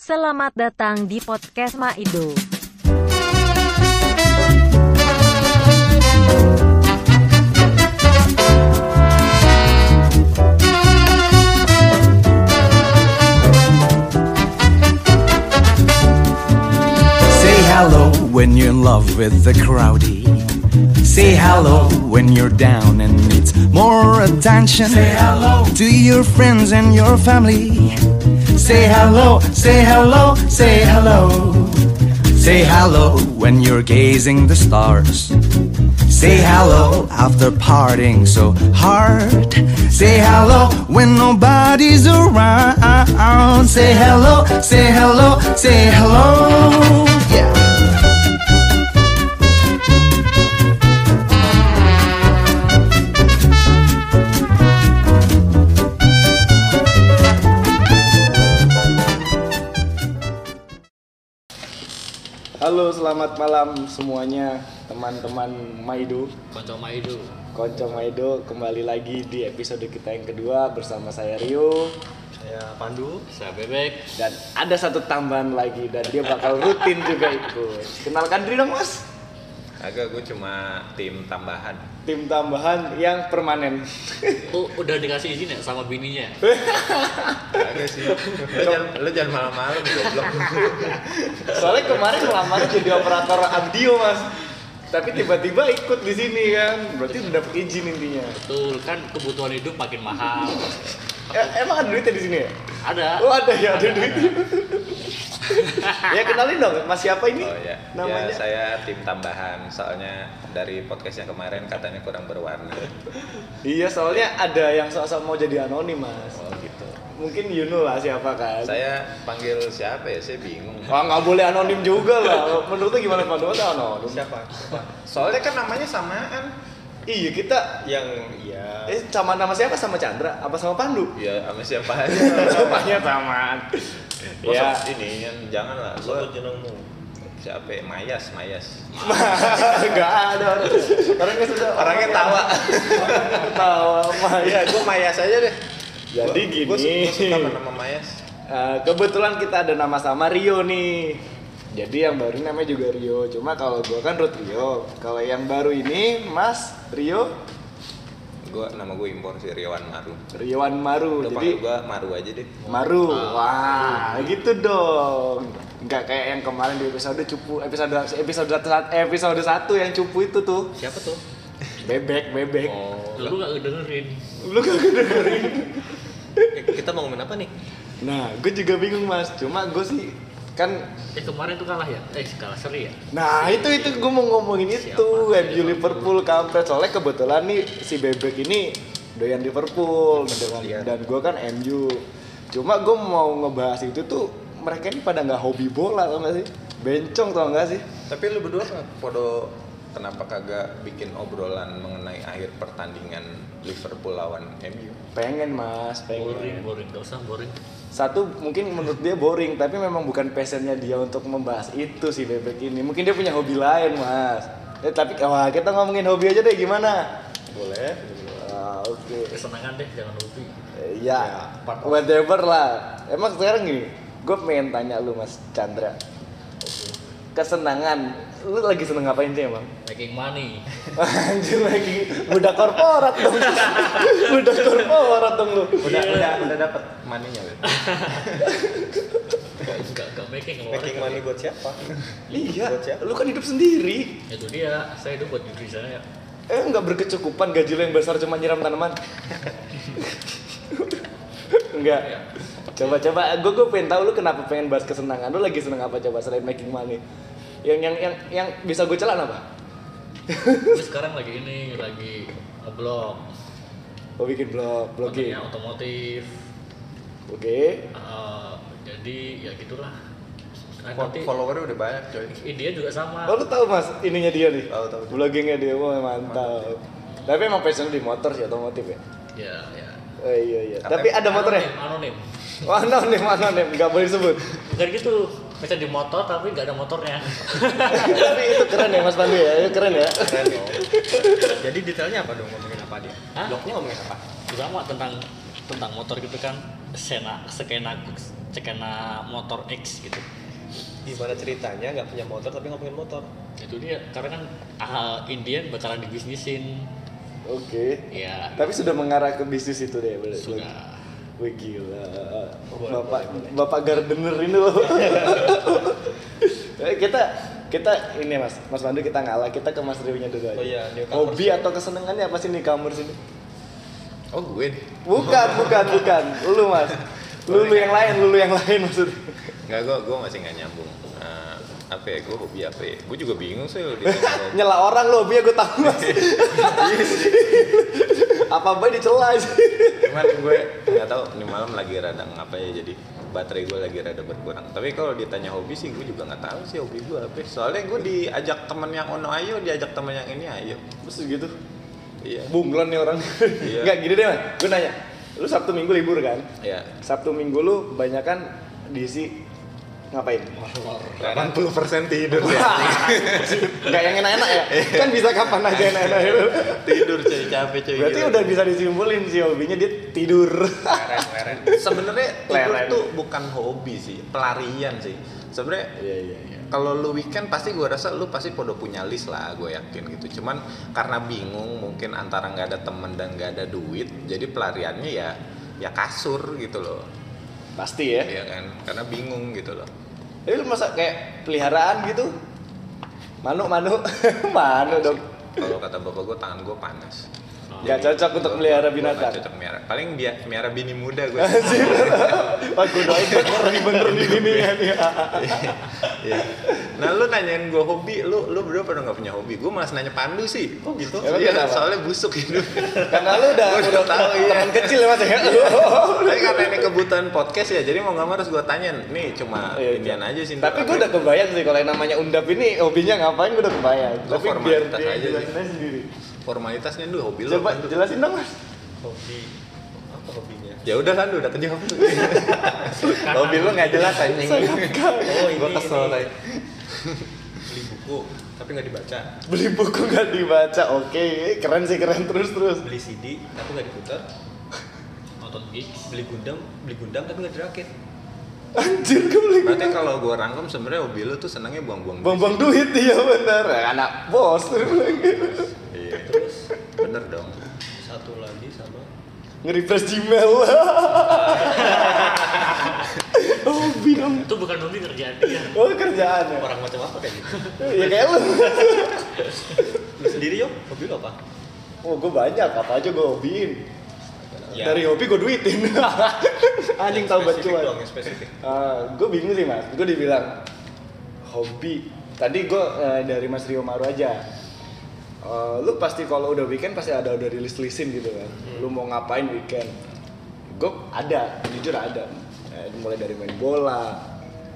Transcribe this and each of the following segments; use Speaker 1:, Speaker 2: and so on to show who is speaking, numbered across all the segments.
Speaker 1: Selamat datang di podcast Maido.
Speaker 2: Say hello when you're in love with the crowdie. Say hello when you're down and needs more attention. Say hello to your friends and your family. Say hello, say hello, say hello. Say hello when you're gazing the stars. Say hello after partying so hard. Say hello when nobody's around. Say hello, say hello, say hello. Yeah.
Speaker 3: Halo, selamat malam semuanya teman-teman Maido,
Speaker 4: Konco Maido.
Speaker 3: Konco Maido kembali lagi di episode kita yang kedua bersama saya Rio
Speaker 5: Saya Pandu.
Speaker 4: Saya Bebek.
Speaker 3: dan ada satu tambahan lagi dan dia bakal rutin juga ikut. Kenalkan diri dong mas,
Speaker 5: Agak gue cuma tim tambahan.
Speaker 3: tim tambahan yang permanen.
Speaker 4: Oh, udah dikasih izin ya sama bininya?
Speaker 5: Agak sih. Lo jangan, lo jangan malam-malam goblok.
Speaker 3: Soalnya kemarin ngelamar jadi operator Abdio mas, tapi tiba-tiba ikut di sini kan, berarti udah dapet izin intinya.
Speaker 4: Betul, kan kebutuhan hidup makin mahal.
Speaker 3: E- emang ada duitnya di sini ya?
Speaker 4: Ada.
Speaker 3: Oh ada ya, ada duitnya. ya kenalin dong, mas siapa ini?
Speaker 5: Oh ya.
Speaker 3: Namanya?
Speaker 5: Ya saya tim tambahan. Soalnya dari podcast yang kemarin katanya kurang berwarna.
Speaker 3: Iya, soalnya ada yang sok-sok mau jadi anonim, Mas.
Speaker 5: Oh gitu.
Speaker 3: Mungkin Yuno lah siapa kan?
Speaker 5: Saya panggil siapa ya? Saya bingung.
Speaker 3: Wah, nggak boleh anonim juga lah. Menurut lu gimana Pandu? Lu anonim?
Speaker 5: Siapa? Soalnya kan namanya samaan.
Speaker 3: Iya, kita
Speaker 5: Yang ya.
Speaker 3: eh sama nama siapa sama Chandra? Apa sama Pandu?
Speaker 5: Ya sama siapa aja.
Speaker 3: Namanya samaan. Ya,
Speaker 5: Ya. Ini jangan lah. Lo jenengmu. Siapa? ya? Mayas, Mayas.
Speaker 3: nggak ada orang. Orangnya sudah
Speaker 5: Orangnya tawa.
Speaker 3: tawa. Maya.
Speaker 5: Iya, gue Mayas aja deh.
Speaker 3: Jadi gini.
Speaker 5: Gue suka sama nama Mayas.
Speaker 3: Eh, kebetulan kita ada nama sama Rio nih. Jadi yang baru namanya juga Rio. Cuma kalau gua kan Ruth Rio. Kalau yang baru ini Mas Rio
Speaker 5: Gua nama gue impor sih Riawan Maru.
Speaker 3: Riwan Maru.
Speaker 5: Lo
Speaker 3: Jadi
Speaker 5: panggil Ah. gue Maru aja deh.
Speaker 3: Maru. Wah, gitu dong. Nggak kayak yang kemarin di episode cupu episode episode satu episode satu yang cupu itu tuh
Speaker 4: Siapa tuh?
Speaker 3: bebek bebek.
Speaker 5: Oh.
Speaker 4: Lu gak dengerin.
Speaker 3: Lu gak kedengerin.
Speaker 5: Eh, kita mau ngomongin apa nih?
Speaker 3: Nah, gue juga bingung mas. Cuma gue sih kan
Speaker 4: Eh kemarin tuh kalah ya? Eh kalah seri ya?
Speaker 3: Nah itu itu gue mau ngomongin itu MU Liverpool kampret soalnya kebetulan nih si bebek ini doyan Liverpool dengan dan gue kan MU cuma gue mau ngebahas itu tuh mereka ini pada nggak hobi bola tau gak sih bencong tau gak sih
Speaker 5: Tapi lu berdua kan podo kenapa kagak bikin obrolan mengenai akhir pertandingan Liverpool lawan MU?
Speaker 3: pengen mas
Speaker 4: Boring,
Speaker 3: pengen
Speaker 4: boring. Gak usah boring.
Speaker 3: satu mungkin menurut dia boring tapi memang bukan passionnya dia untuk membahas itu si bebek ini mungkin dia punya hobi lain mas eh, tapi wah kita ngomongin hobi aja deh gimana
Speaker 5: Boleh.
Speaker 3: Ah, oke
Speaker 4: Kesenangan Eh, deh, jangan hobi.
Speaker 3: Eh, Ya, whatever lah. Emang sekarang gini, gue pengen tanya lu Mas Chandra. Kesenangan, lu lagi seneng ngapain sih emang?
Speaker 4: Making money.
Speaker 3: Anjir lagi budak korporat dong. budak korporat dong lu.
Speaker 5: Udah, udah, udah dapet maninya. Beb.
Speaker 4: Gak, gak making orang.
Speaker 5: Making money buat siapa?
Speaker 3: Iya,
Speaker 5: Buat siapa?
Speaker 3: lu kan hidup sendiri.
Speaker 4: Itu dia, saya itu buat diri saya.
Speaker 3: Eh nggak berkecukupan gaji lu yang besar cuma nyiram tanaman. Enggak. Coba coba gue gue pengen tahu lu kenapa pengen bahas kesenangan. Lu lagi seneng apa coba selain making money? Yang yang yang yang bisa gue celan apa?
Speaker 4: Gue sekarang lagi ini, lagi ngeblog.
Speaker 3: Gue Oh, bikin blog, blogging.
Speaker 4: Makanya otomotif.
Speaker 3: Oke.
Speaker 4: Eh, jadi ya gitulah.
Speaker 5: Eh,
Speaker 4: Nah, nanti-
Speaker 5: Followernya udah banyak coy.
Speaker 4: Eh, dia juga sama.
Speaker 3: Oh lu tahu mas ininya dia nih?
Speaker 5: Tahu, tahu.
Speaker 3: Bloggingnya dia, wah mantap. Tapi emang passion lu di motor sih otomotif ya?
Speaker 4: Ya, ya.
Speaker 3: Oh, iya iya.
Speaker 5: Katanya-
Speaker 3: Tapi ada motornya?
Speaker 4: Anonim. anonim.
Speaker 3: Wah anonim anonim, nggak boleh sebut.
Speaker 4: Bukan gitu. Bisa di motor tapi nggak ada motornya.
Speaker 3: Tapi itu keren ya Mas Pandu ya, itu keren ya.
Speaker 5: Jadi detailnya apa dong ngomongin apa dia?
Speaker 4: Hah?
Speaker 5: Blognya ngomongin apa?
Speaker 4: Sama tentang tentang motor gitu kan. Sena, skena, cekena motor X gitu
Speaker 6: Gimana ceritanya nggak punya motor tapi ngomongin motor?
Speaker 4: itu dia karena kan ah, Indian bakalan dibisnisin
Speaker 3: Oke.
Speaker 4: ya
Speaker 3: Tapi sudah mengarah ke bisnis itu deh, bener.
Speaker 4: sudah
Speaker 3: Wih gila.
Speaker 6: Oh,
Speaker 3: Bapak Bapak gardener ini loh. Eh, kita kita ini Mas, Mas Pandu kita ngalah, kita ke Mas Riunya dulu aja.
Speaker 6: Oh iya, newcomers.
Speaker 3: Hobi atau kesenangannya apa sih nih kamar sini?
Speaker 5: Oh gue nih.
Speaker 3: Bukan, bukan, bukan. Lu Mas. Lu, lu yang lain, lu, lu yang lain maksudnya.
Speaker 5: Nggak, gue, gue masih nggak nyambung. Eh, apa ya, gue hobi apa ya? Gue juga bingung sih lo ditanya hobi.
Speaker 3: Nyela orang lu, hobinya gue tahu Mas. apa baik dicela aja.
Speaker 5: Cuman gue nggak tahu ini malam lagi rada ngapa ya jadi baterai gue lagi rada berkurang. Tapi kalau ditanya hobi sih gue juga nggak tahu sih hobi gue apa. ya. Soalnya gue diajak temen yang ono ayo, diajak temen yang ini ayo.
Speaker 3: Terus gitu.
Speaker 5: Iya.
Speaker 3: Bunglon nih orang.
Speaker 5: Iya.
Speaker 3: Enggak gini deh, Mas. Gue nanya. Lu Sabtu Minggu libur kan?
Speaker 5: Iya.
Speaker 3: Sabtu Minggu lu banyakan diisi ngapain?
Speaker 5: 80% tidur ya.
Speaker 3: Enggak yang enak-enak ya?
Speaker 5: Iya.
Speaker 3: Kan bisa kapan aja enak-enak itu.
Speaker 5: tidur cuy, capek cuy.
Speaker 3: Berarti
Speaker 5: Gila.
Speaker 3: udah bisa disimpulin sih hobinya dia tidur.
Speaker 5: sebenarnya tidur
Speaker 3: Leren.
Speaker 5: tuh bukan hobi sih, pelarian sih. Sebenarnya
Speaker 3: Iya iya iya.
Speaker 5: kalau lu weekend pasti gue rasa lu pasti podo punya list lah gue yakin gitu cuman karena bingung mungkin antara nggak ada temen dan nggak ada duit jadi pelariannya ya ya kasur gitu loh
Speaker 3: Pasti ya.
Speaker 5: ya kan karena bingung gitu loh
Speaker 3: Tapi lu masa kayak peliharaan gitu? Manu manu manu dong.
Speaker 5: kalau kata bapak gue tangan gue panas
Speaker 3: Gak cocok untuk melihara binatang.
Speaker 5: Gak cocok miara paling dia miara bini muda gue
Speaker 3: Wah gue doain bener-bener di sini ya nih.
Speaker 5: Iya. nah lu nanyain gue hobi lu lu berdua pernah nggak punya hobi gue malas nanya pandu sih oh gitu
Speaker 3: Emang
Speaker 5: Iya,
Speaker 3: kenapa?
Speaker 5: soalnya busuk hidup
Speaker 3: Karena lu udah
Speaker 5: Gua udah
Speaker 3: udah
Speaker 5: tahu, iya.
Speaker 3: teman kecil ya mas ya.
Speaker 6: Oh,
Speaker 5: Tapi karena ini
Speaker 6: iya.
Speaker 5: kebutuhan podcast ya, jadi mau nggak mau harus gue tanya nih cuma
Speaker 6: Oh,
Speaker 3: Iya, iya.
Speaker 5: Indian aja sih.
Speaker 3: Tapi gue udah kebayang sih kalau yang namanya undap ini hobinya ngapain gue udah kebayang.
Speaker 5: Gua
Speaker 3: Tapi biar
Speaker 5: formalitas
Speaker 3: dia
Speaker 5: aja sih.
Speaker 3: jelasin aja sendiri.
Speaker 5: formalitasnya dulu hobi lu.
Speaker 3: Coba
Speaker 5: apaan tuh?
Speaker 3: jelasin dong mas.
Speaker 6: Hobi apa hobinya?
Speaker 5: Ya udah kan udah kejawab. hobi lu nggak jelas anjing.
Speaker 6: Oh ini
Speaker 5: Gua kesel
Speaker 6: ini.
Speaker 5: tadi.
Speaker 6: beli buku tapi nggak dibaca,
Speaker 3: Beli buku gak dibaca, oke keren sih keren terus terus.
Speaker 6: beli CD tapi nggak diputar,
Speaker 4: nonton gigs
Speaker 6: beli gundam beli gundam tapi nggak dirakit.
Speaker 3: Anjir gue beli buku.
Speaker 5: Berarti kalau gue rangkum sebenarnya hobi lu tuh senangnya buang-buang. duit.
Speaker 3: Buang-buang duit iya bener Ya, anak bos.
Speaker 5: Iya.
Speaker 6: Terus
Speaker 5: Bener dong.
Speaker 6: satu lagi sama
Speaker 3: Nge-refresh Gmail. Hobi dong.
Speaker 4: itu bukan hobi kerjaan dia
Speaker 3: Oh kerjaan ya.
Speaker 6: orang macam apa kayak gitu?
Speaker 3: Ya kayak lu.
Speaker 6: Lu sendiri yuk hobi lo apa?
Speaker 3: Oh gue banyak apa aja gue hobiin.
Speaker 6: Ya.
Speaker 3: Dari hobi gue duitin. Anjing tahu banget
Speaker 6: Spesifik ya.
Speaker 3: cuan.
Speaker 6: dong, yang spesifik.
Speaker 3: gue Eh, bingung sih mas, gue dibilang hobi. Tadi gue dari Mas Rio Maru aja. Eh, lu pasti kalau udah weekend pasti ada udah di list listin gitu kan. Lu mau ngapain weekend? Gue ada, jujur ada. Eh, mulai dari main bola.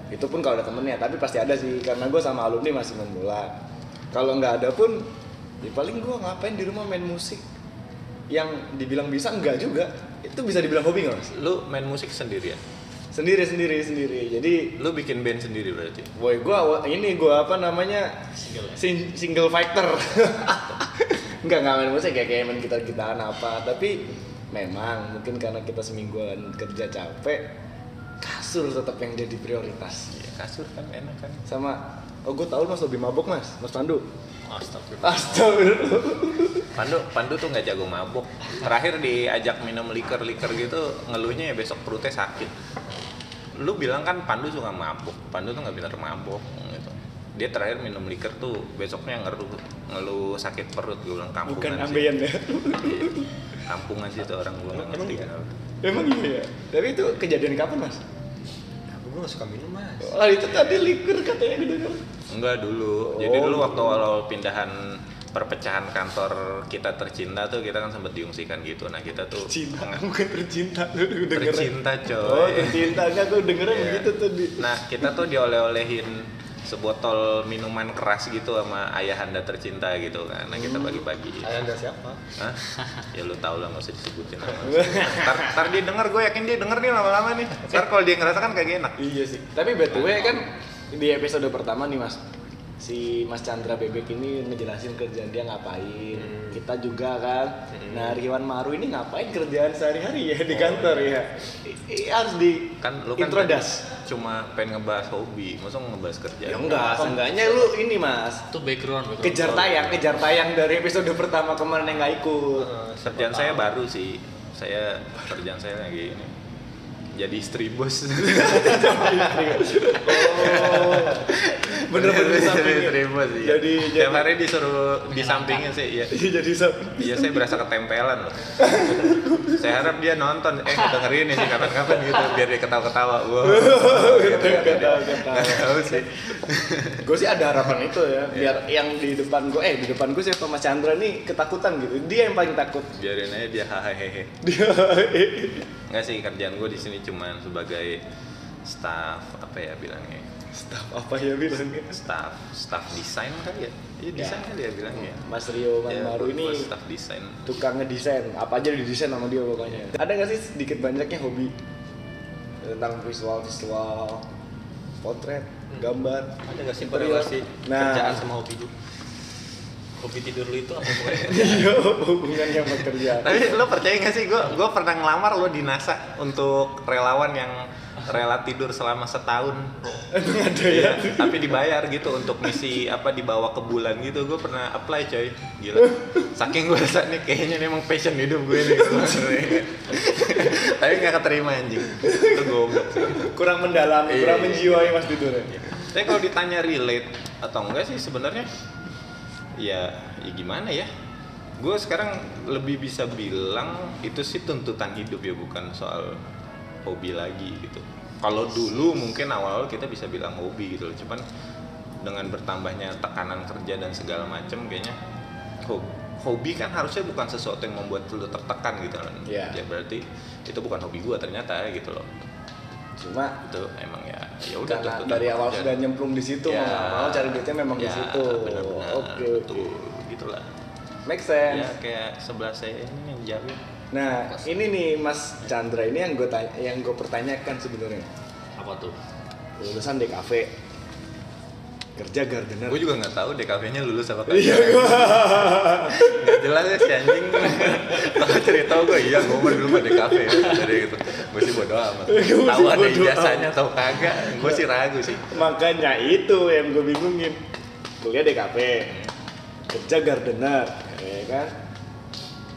Speaker 3: Itu pun kalau ada temennya, tapi pasti ada sih karena gue sama alumni masih main bola. Kalau nggak ada pun, ya paling gue ngapain di rumah main musik. Yang dibilang bisa enggak juga. Itu bisa dibilang hobi nggak mas?
Speaker 5: Lu main musik sendirian.
Speaker 3: sendiri sendiri sendiri jadi
Speaker 5: Lu bikin band sendiri berarti.
Speaker 3: boy gua ini gua apa namanya
Speaker 4: Single ya?
Speaker 3: Sin- single fighter nggak nggak main musik kayak kayak main gitar gitaran apa tapi memang mungkin karena kita semingguan kerja capek kasur tetap yang jadi prioritas
Speaker 6: Ya,
Speaker 5: Iya, kasur kan enak kan.
Speaker 3: sama oh gua tahu mas lebih mabok mas mas Pandu
Speaker 5: Astagfirullah.
Speaker 3: astagfirullah
Speaker 5: Pandu, Pandu tuh nggak jago mabuk. Terakhir diajak minum liker-liker gitu, ngeluhnya ya besok perutnya sakit. Lu bilang kan Pandu suka mabuk. Pandu tuh nggak bener mabuk gitu. Dia terakhir minum liker tuh besoknya ngeluh ngeluh sakit perut gue bilang
Speaker 3: bukan
Speaker 5: kampungan sih.
Speaker 3: ambeien ya
Speaker 5: Iya. Kampungan sih tuh orang gue nggak
Speaker 6: Emang
Speaker 5: ngerti
Speaker 6: iya?
Speaker 5: kenapa.
Speaker 3: emang iya ya tapi itu kejadian kapan mas
Speaker 6: Aku gue gak suka minum mas.
Speaker 3: oh itu tadi likur katanya gitu
Speaker 5: Enggak dulu.
Speaker 3: Oh.
Speaker 5: Jadi dulu waktu awal pindahan perpecahan kantor kita tercinta tuh kita kan sempet diungsikan gitu. Nah kita tuh
Speaker 3: cinta
Speaker 5: nge-
Speaker 3: bukan tercinta lu dengerin
Speaker 5: tercinta coy.
Speaker 3: Oh, tercinta enggak gue dengerin
Speaker 5: Iya.
Speaker 3: gitu tadi.
Speaker 5: Nah, kita tuh dioleh-olehin sebotol minuman keras gitu sama ayahanda tercinta gitu kan. Nah,
Speaker 3: Hmm.
Speaker 5: kita bagi-bagi.
Speaker 6: Ayah anda siapa?
Speaker 5: Hah? Ya lu tau lah nggak usah disebutin nama. Ntar, ntar dia denger, gue yakin dia denger nih lama-lama nih. Ntar kalau dia ngerasa kan kagak enak.
Speaker 3: Iya sih. Tapi by the way kan di episode pertama nih Mas. si Mas Chandra Bebek ini ngejelasin kerjaan dia ngapain.
Speaker 5: Hmm.
Speaker 3: Kita juga kan. Nah, Riwan Maru ini ngapain kerjaan sehari-hari ya di kantor ya? I- i- harus di
Speaker 5: Oh, iya. kan lu kan
Speaker 3: introdas.
Speaker 5: tadi cuma pengen ngebahas hobi masa ngebahas kerja
Speaker 3: Ya enggak, seenggaknya lu ini Mas.
Speaker 4: Itu background, background.
Speaker 3: Kejar tayang, kejar tayang dari episode pertama kemarin yang nggak ikut.
Speaker 5: kerjaan saya baru sih saya kerjaan saya lagi ini jadi istri bos
Speaker 3: Oh. Bener-bener
Speaker 5: Jadi
Speaker 3: disampingin.
Speaker 5: istri bos iya.
Speaker 3: Jadi
Speaker 5: tiap
Speaker 3: jadi
Speaker 5: hari disuruh disampingin sih iya
Speaker 3: jadi samping.
Speaker 5: Iya saya berasa ketempelan loh. saya harap dia nonton, eh dengerin ini sih kapan-kapan gitu biar dia ketawa-ketawa. Wow. Gitu kan. Nggak tahu sih.
Speaker 3: gue sih ada harapan itu ya biar yang di depan gue eh di depan gue siapa Mas Chandra nih ketakutan gitu dia yang paling takut
Speaker 5: Biarin aja dia hahaha.
Speaker 3: dia
Speaker 5: Enggak sih kerjaan gue di sini cuman sebagai staff apa ya bilangnya
Speaker 3: staff apa ya bilangnya
Speaker 5: staff staff desain kali ya iya desain kali ya bilangnya
Speaker 3: Mas Rio Mas
Speaker 5: Ya,
Speaker 3: Maru
Speaker 5: gua-
Speaker 3: ini
Speaker 5: gua staff desain
Speaker 3: tukang ngedesain apa aja didesain sama dia pokoknya ada nggak sih sedikit banyaknya hobi tentang visual visual potret gambar
Speaker 6: Hmm. Ada nggak sih
Speaker 3: Interior.
Speaker 6: korelasi
Speaker 3: Nah.
Speaker 6: kerjaan sama hobi lu? Hobi tidur lu itu apa pokoknya?
Speaker 3: iya hubungannya sama kerja
Speaker 5: tapi lo percaya gak sih gue gue pernah ngelamar lo di NASA untuk relawan yang rela tidur selama setahun
Speaker 3: ada ya
Speaker 5: Iya, tapi dibayar gitu untuk misi apa dibawa ke bulan gitu gue pernah apply coy gila saking gue rasa nih kayaknya ini emang passion hidup gue nih Gua ngeri. tapi nggak keterima anjing itu goblok sih
Speaker 3: kurang mendalam
Speaker 5: Iya,
Speaker 3: kurang
Speaker 5: iya,
Speaker 3: menjiwai Mas Tidur ya
Speaker 5: tapi kalau ditanya relate atau enggak sih sebenarnya ya, ya gimana ya gue sekarang lebih bisa bilang itu sih tuntutan hidup ya bukan soal hobi lagi gitu kalau dulu mungkin awal-awal kita bisa bilang hobi gitu loh cuman dengan bertambahnya tekanan kerja dan segala macam kayaknya hob- hobi kan harusnya bukan sesuatu yang membuat lu tertekan gitu loh
Speaker 3: Iya.
Speaker 5: ya berarti itu bukan hobi gue ternyata gitu loh
Speaker 3: cuma
Speaker 5: itu emang ya ya udah
Speaker 3: Karena
Speaker 5: tuntutan
Speaker 3: dari awal
Speaker 5: pekerjaan
Speaker 3: sudah nyemplung di situ
Speaker 6: Iya.
Speaker 3: mau nggak mau cari duitnya memang di
Speaker 5: ya,
Speaker 3: situ.
Speaker 5: benar-benar,
Speaker 3: Oke oke.
Speaker 5: betul gitulah
Speaker 3: Make
Speaker 5: ya
Speaker 6: Iya.
Speaker 3: sense.
Speaker 5: kayak sebelah saya ini yang jamin
Speaker 3: Nah ini nih Mas Chandra ini yang gue tanya, yang gue pertanyakan sebenarnya
Speaker 4: Apa tuh?
Speaker 3: lulusan DKV kerja gardener.
Speaker 5: gue juga nggak tahu DKV nya lulus apa kagak iya gue jelas ya si anjing kalau cerita gue iya gue mah dulu mah DKV ya. dari itu gue sih bodo amat
Speaker 3: Gua
Speaker 5: tahu
Speaker 3: sih
Speaker 5: ada
Speaker 3: bodo
Speaker 5: ijazahnya atau kagak gue sih ragu sih
Speaker 3: Makanya itu yang gue bingungin. Kuliah DKV, kerja gardener, ya kan?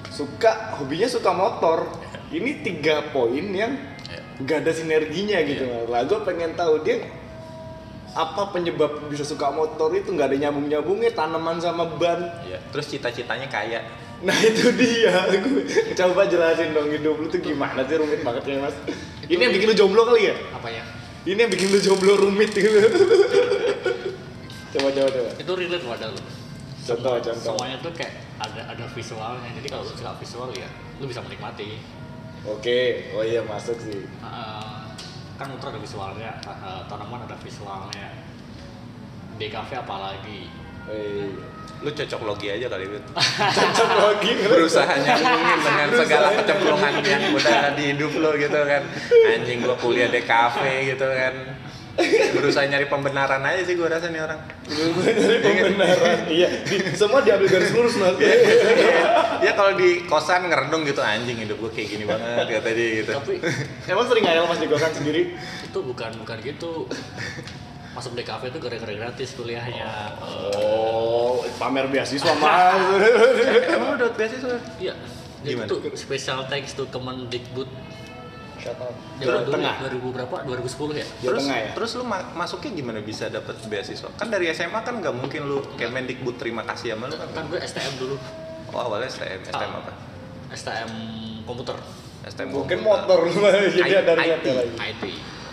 Speaker 3: Suka hobinya suka motor. Ini tiga poin yang gak ada sinerginya gitu. Lah gue pengen tahu dia apa penyebab bisa suka motor itu nggak ada nyambung nyambungnya tanaman sama ban.
Speaker 5: Iya. terus cita-citanya kaya
Speaker 3: Nah itu dia. Gua- Coba jelasin dong hidup lu tuh gimana sih rumit banget ya mas. Ini yang bikin lu jomblo kali ya?
Speaker 4: Apanya?
Speaker 3: Ini yang bikin lu jomblo rumit gitu. coba coba coba.
Speaker 4: Itu relate wadah lu.
Speaker 3: Contoh contoh.
Speaker 4: Semuanya tuh kayak ada ada visualnya. Jadi kalau lu suka visual ya, lu bisa menikmati.
Speaker 3: Oke, oh iya masuk sih.
Speaker 4: Eh, kan motor ada visualnya, eh, tanaman ada visualnya. DKV apalagi.
Speaker 3: Eh,
Speaker 5: lu cocok logi aja kali itu
Speaker 3: Cocok lagi.
Speaker 5: berusaha nyambungin dengan segala kecemplungan yang udah ada di hidup lo gitu kan anjing gua kuliah di kafe gitu kan berusaha nyari pembenaran aja sih gua rasa nih orang
Speaker 3: Gue nyari pembenaran. Iya, di- semua diambil garis lurus mas.
Speaker 5: ya kalau di kosan ngerenung gitu anjing hidup gua kayak gini banget ya tadi gitu
Speaker 4: Tapi
Speaker 3: Emang sering ngayal mas digokan sendiri?
Speaker 4: itu bukan bukan gitu. Masuk DKV itu gara-gara gratis kuliahnya.
Speaker 3: Oh, pamer beasiswa mas.
Speaker 5: emang udah biasa sih
Speaker 4: Eh, Iya. Jadi
Speaker 5: Gimana?
Speaker 4: itu special thanks to Kemendikbud
Speaker 3: Jawa
Speaker 4: zaman dulu
Speaker 3: Tengah.
Speaker 4: 2000 berapa? 2010 ya?
Speaker 3: Jawa
Speaker 5: Terus,
Speaker 3: Tengah ya.
Speaker 5: terus lu ma- masuknya gimana bisa dapet beasiswa? Kan dari SMA kan nggak mungkin lu kayak Mendikbud terima kasih sama lu kan?
Speaker 4: Kan gue STM dulu.
Speaker 5: Oh awalnya STM, STM apa?
Speaker 4: STM komputer
Speaker 5: STM
Speaker 3: Mungkin
Speaker 5: komputer.
Speaker 3: motor lu mas. Jadi ada
Speaker 5: I-
Speaker 3: niatnya
Speaker 5: IT.
Speaker 3: lagi.
Speaker 4: IT.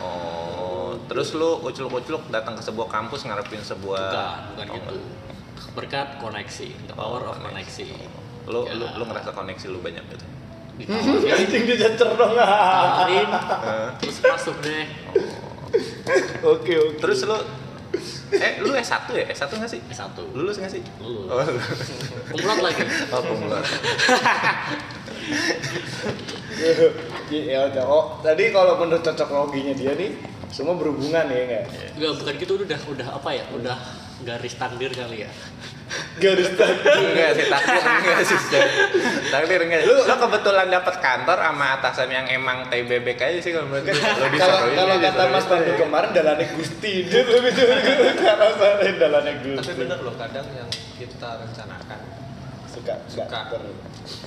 Speaker 5: Oh, terus lu uculuk-uculuk datang ke sebuah kampus ngarepin sebuah
Speaker 4: Bukan, bukan
Speaker 5: Oh,
Speaker 4: gitu. Berkat koneksi, the power of koneksi.
Speaker 5: Lu,
Speaker 4: Ya.
Speaker 5: lu lu ngerasa koneksi lu banyak gitu.
Speaker 4: Ditawarin,
Speaker 3: Anjing dia cecer dong.
Speaker 4: tawarin, terus masuk deh.
Speaker 3: Oke oke.
Speaker 5: Terus lu eh lu S1 ya? S1 enggak sih?
Speaker 4: S1.
Speaker 5: Lulus enggak sih?
Speaker 4: Lulus.
Speaker 5: Oh, lulus.
Speaker 4: Kumlot lagi.
Speaker 5: Oh, pemula.
Speaker 3: ya Iya, udah. Oh, tadi kalau menurut cocok loginya dia nih, Semua berhubungan ya enggak?
Speaker 4: Enggak, bukan gitu udah udah apa ya? Udah garis takdir kali ya.
Speaker 3: Garis takdir.
Speaker 5: enggak sih takdir enggak sih Stan. takdir enggak lu lo kebetulan dapat kantor sama atasan yang emang TBBK aja sih kalau menurut gue lo
Speaker 3: Kalau
Speaker 5: disuruhin
Speaker 3: kalau
Speaker 5: ya,
Speaker 3: kata Mas Pandu
Speaker 5: disuruhin ya.
Speaker 3: kemarin dalane Gusti, dia lebih jauh ke arah sana dalane
Speaker 6: Tapi
Speaker 3: Gusti.
Speaker 6: bener loh kadang yang kita rencanakan
Speaker 3: Suka
Speaker 6: Suka.
Speaker 3: suka.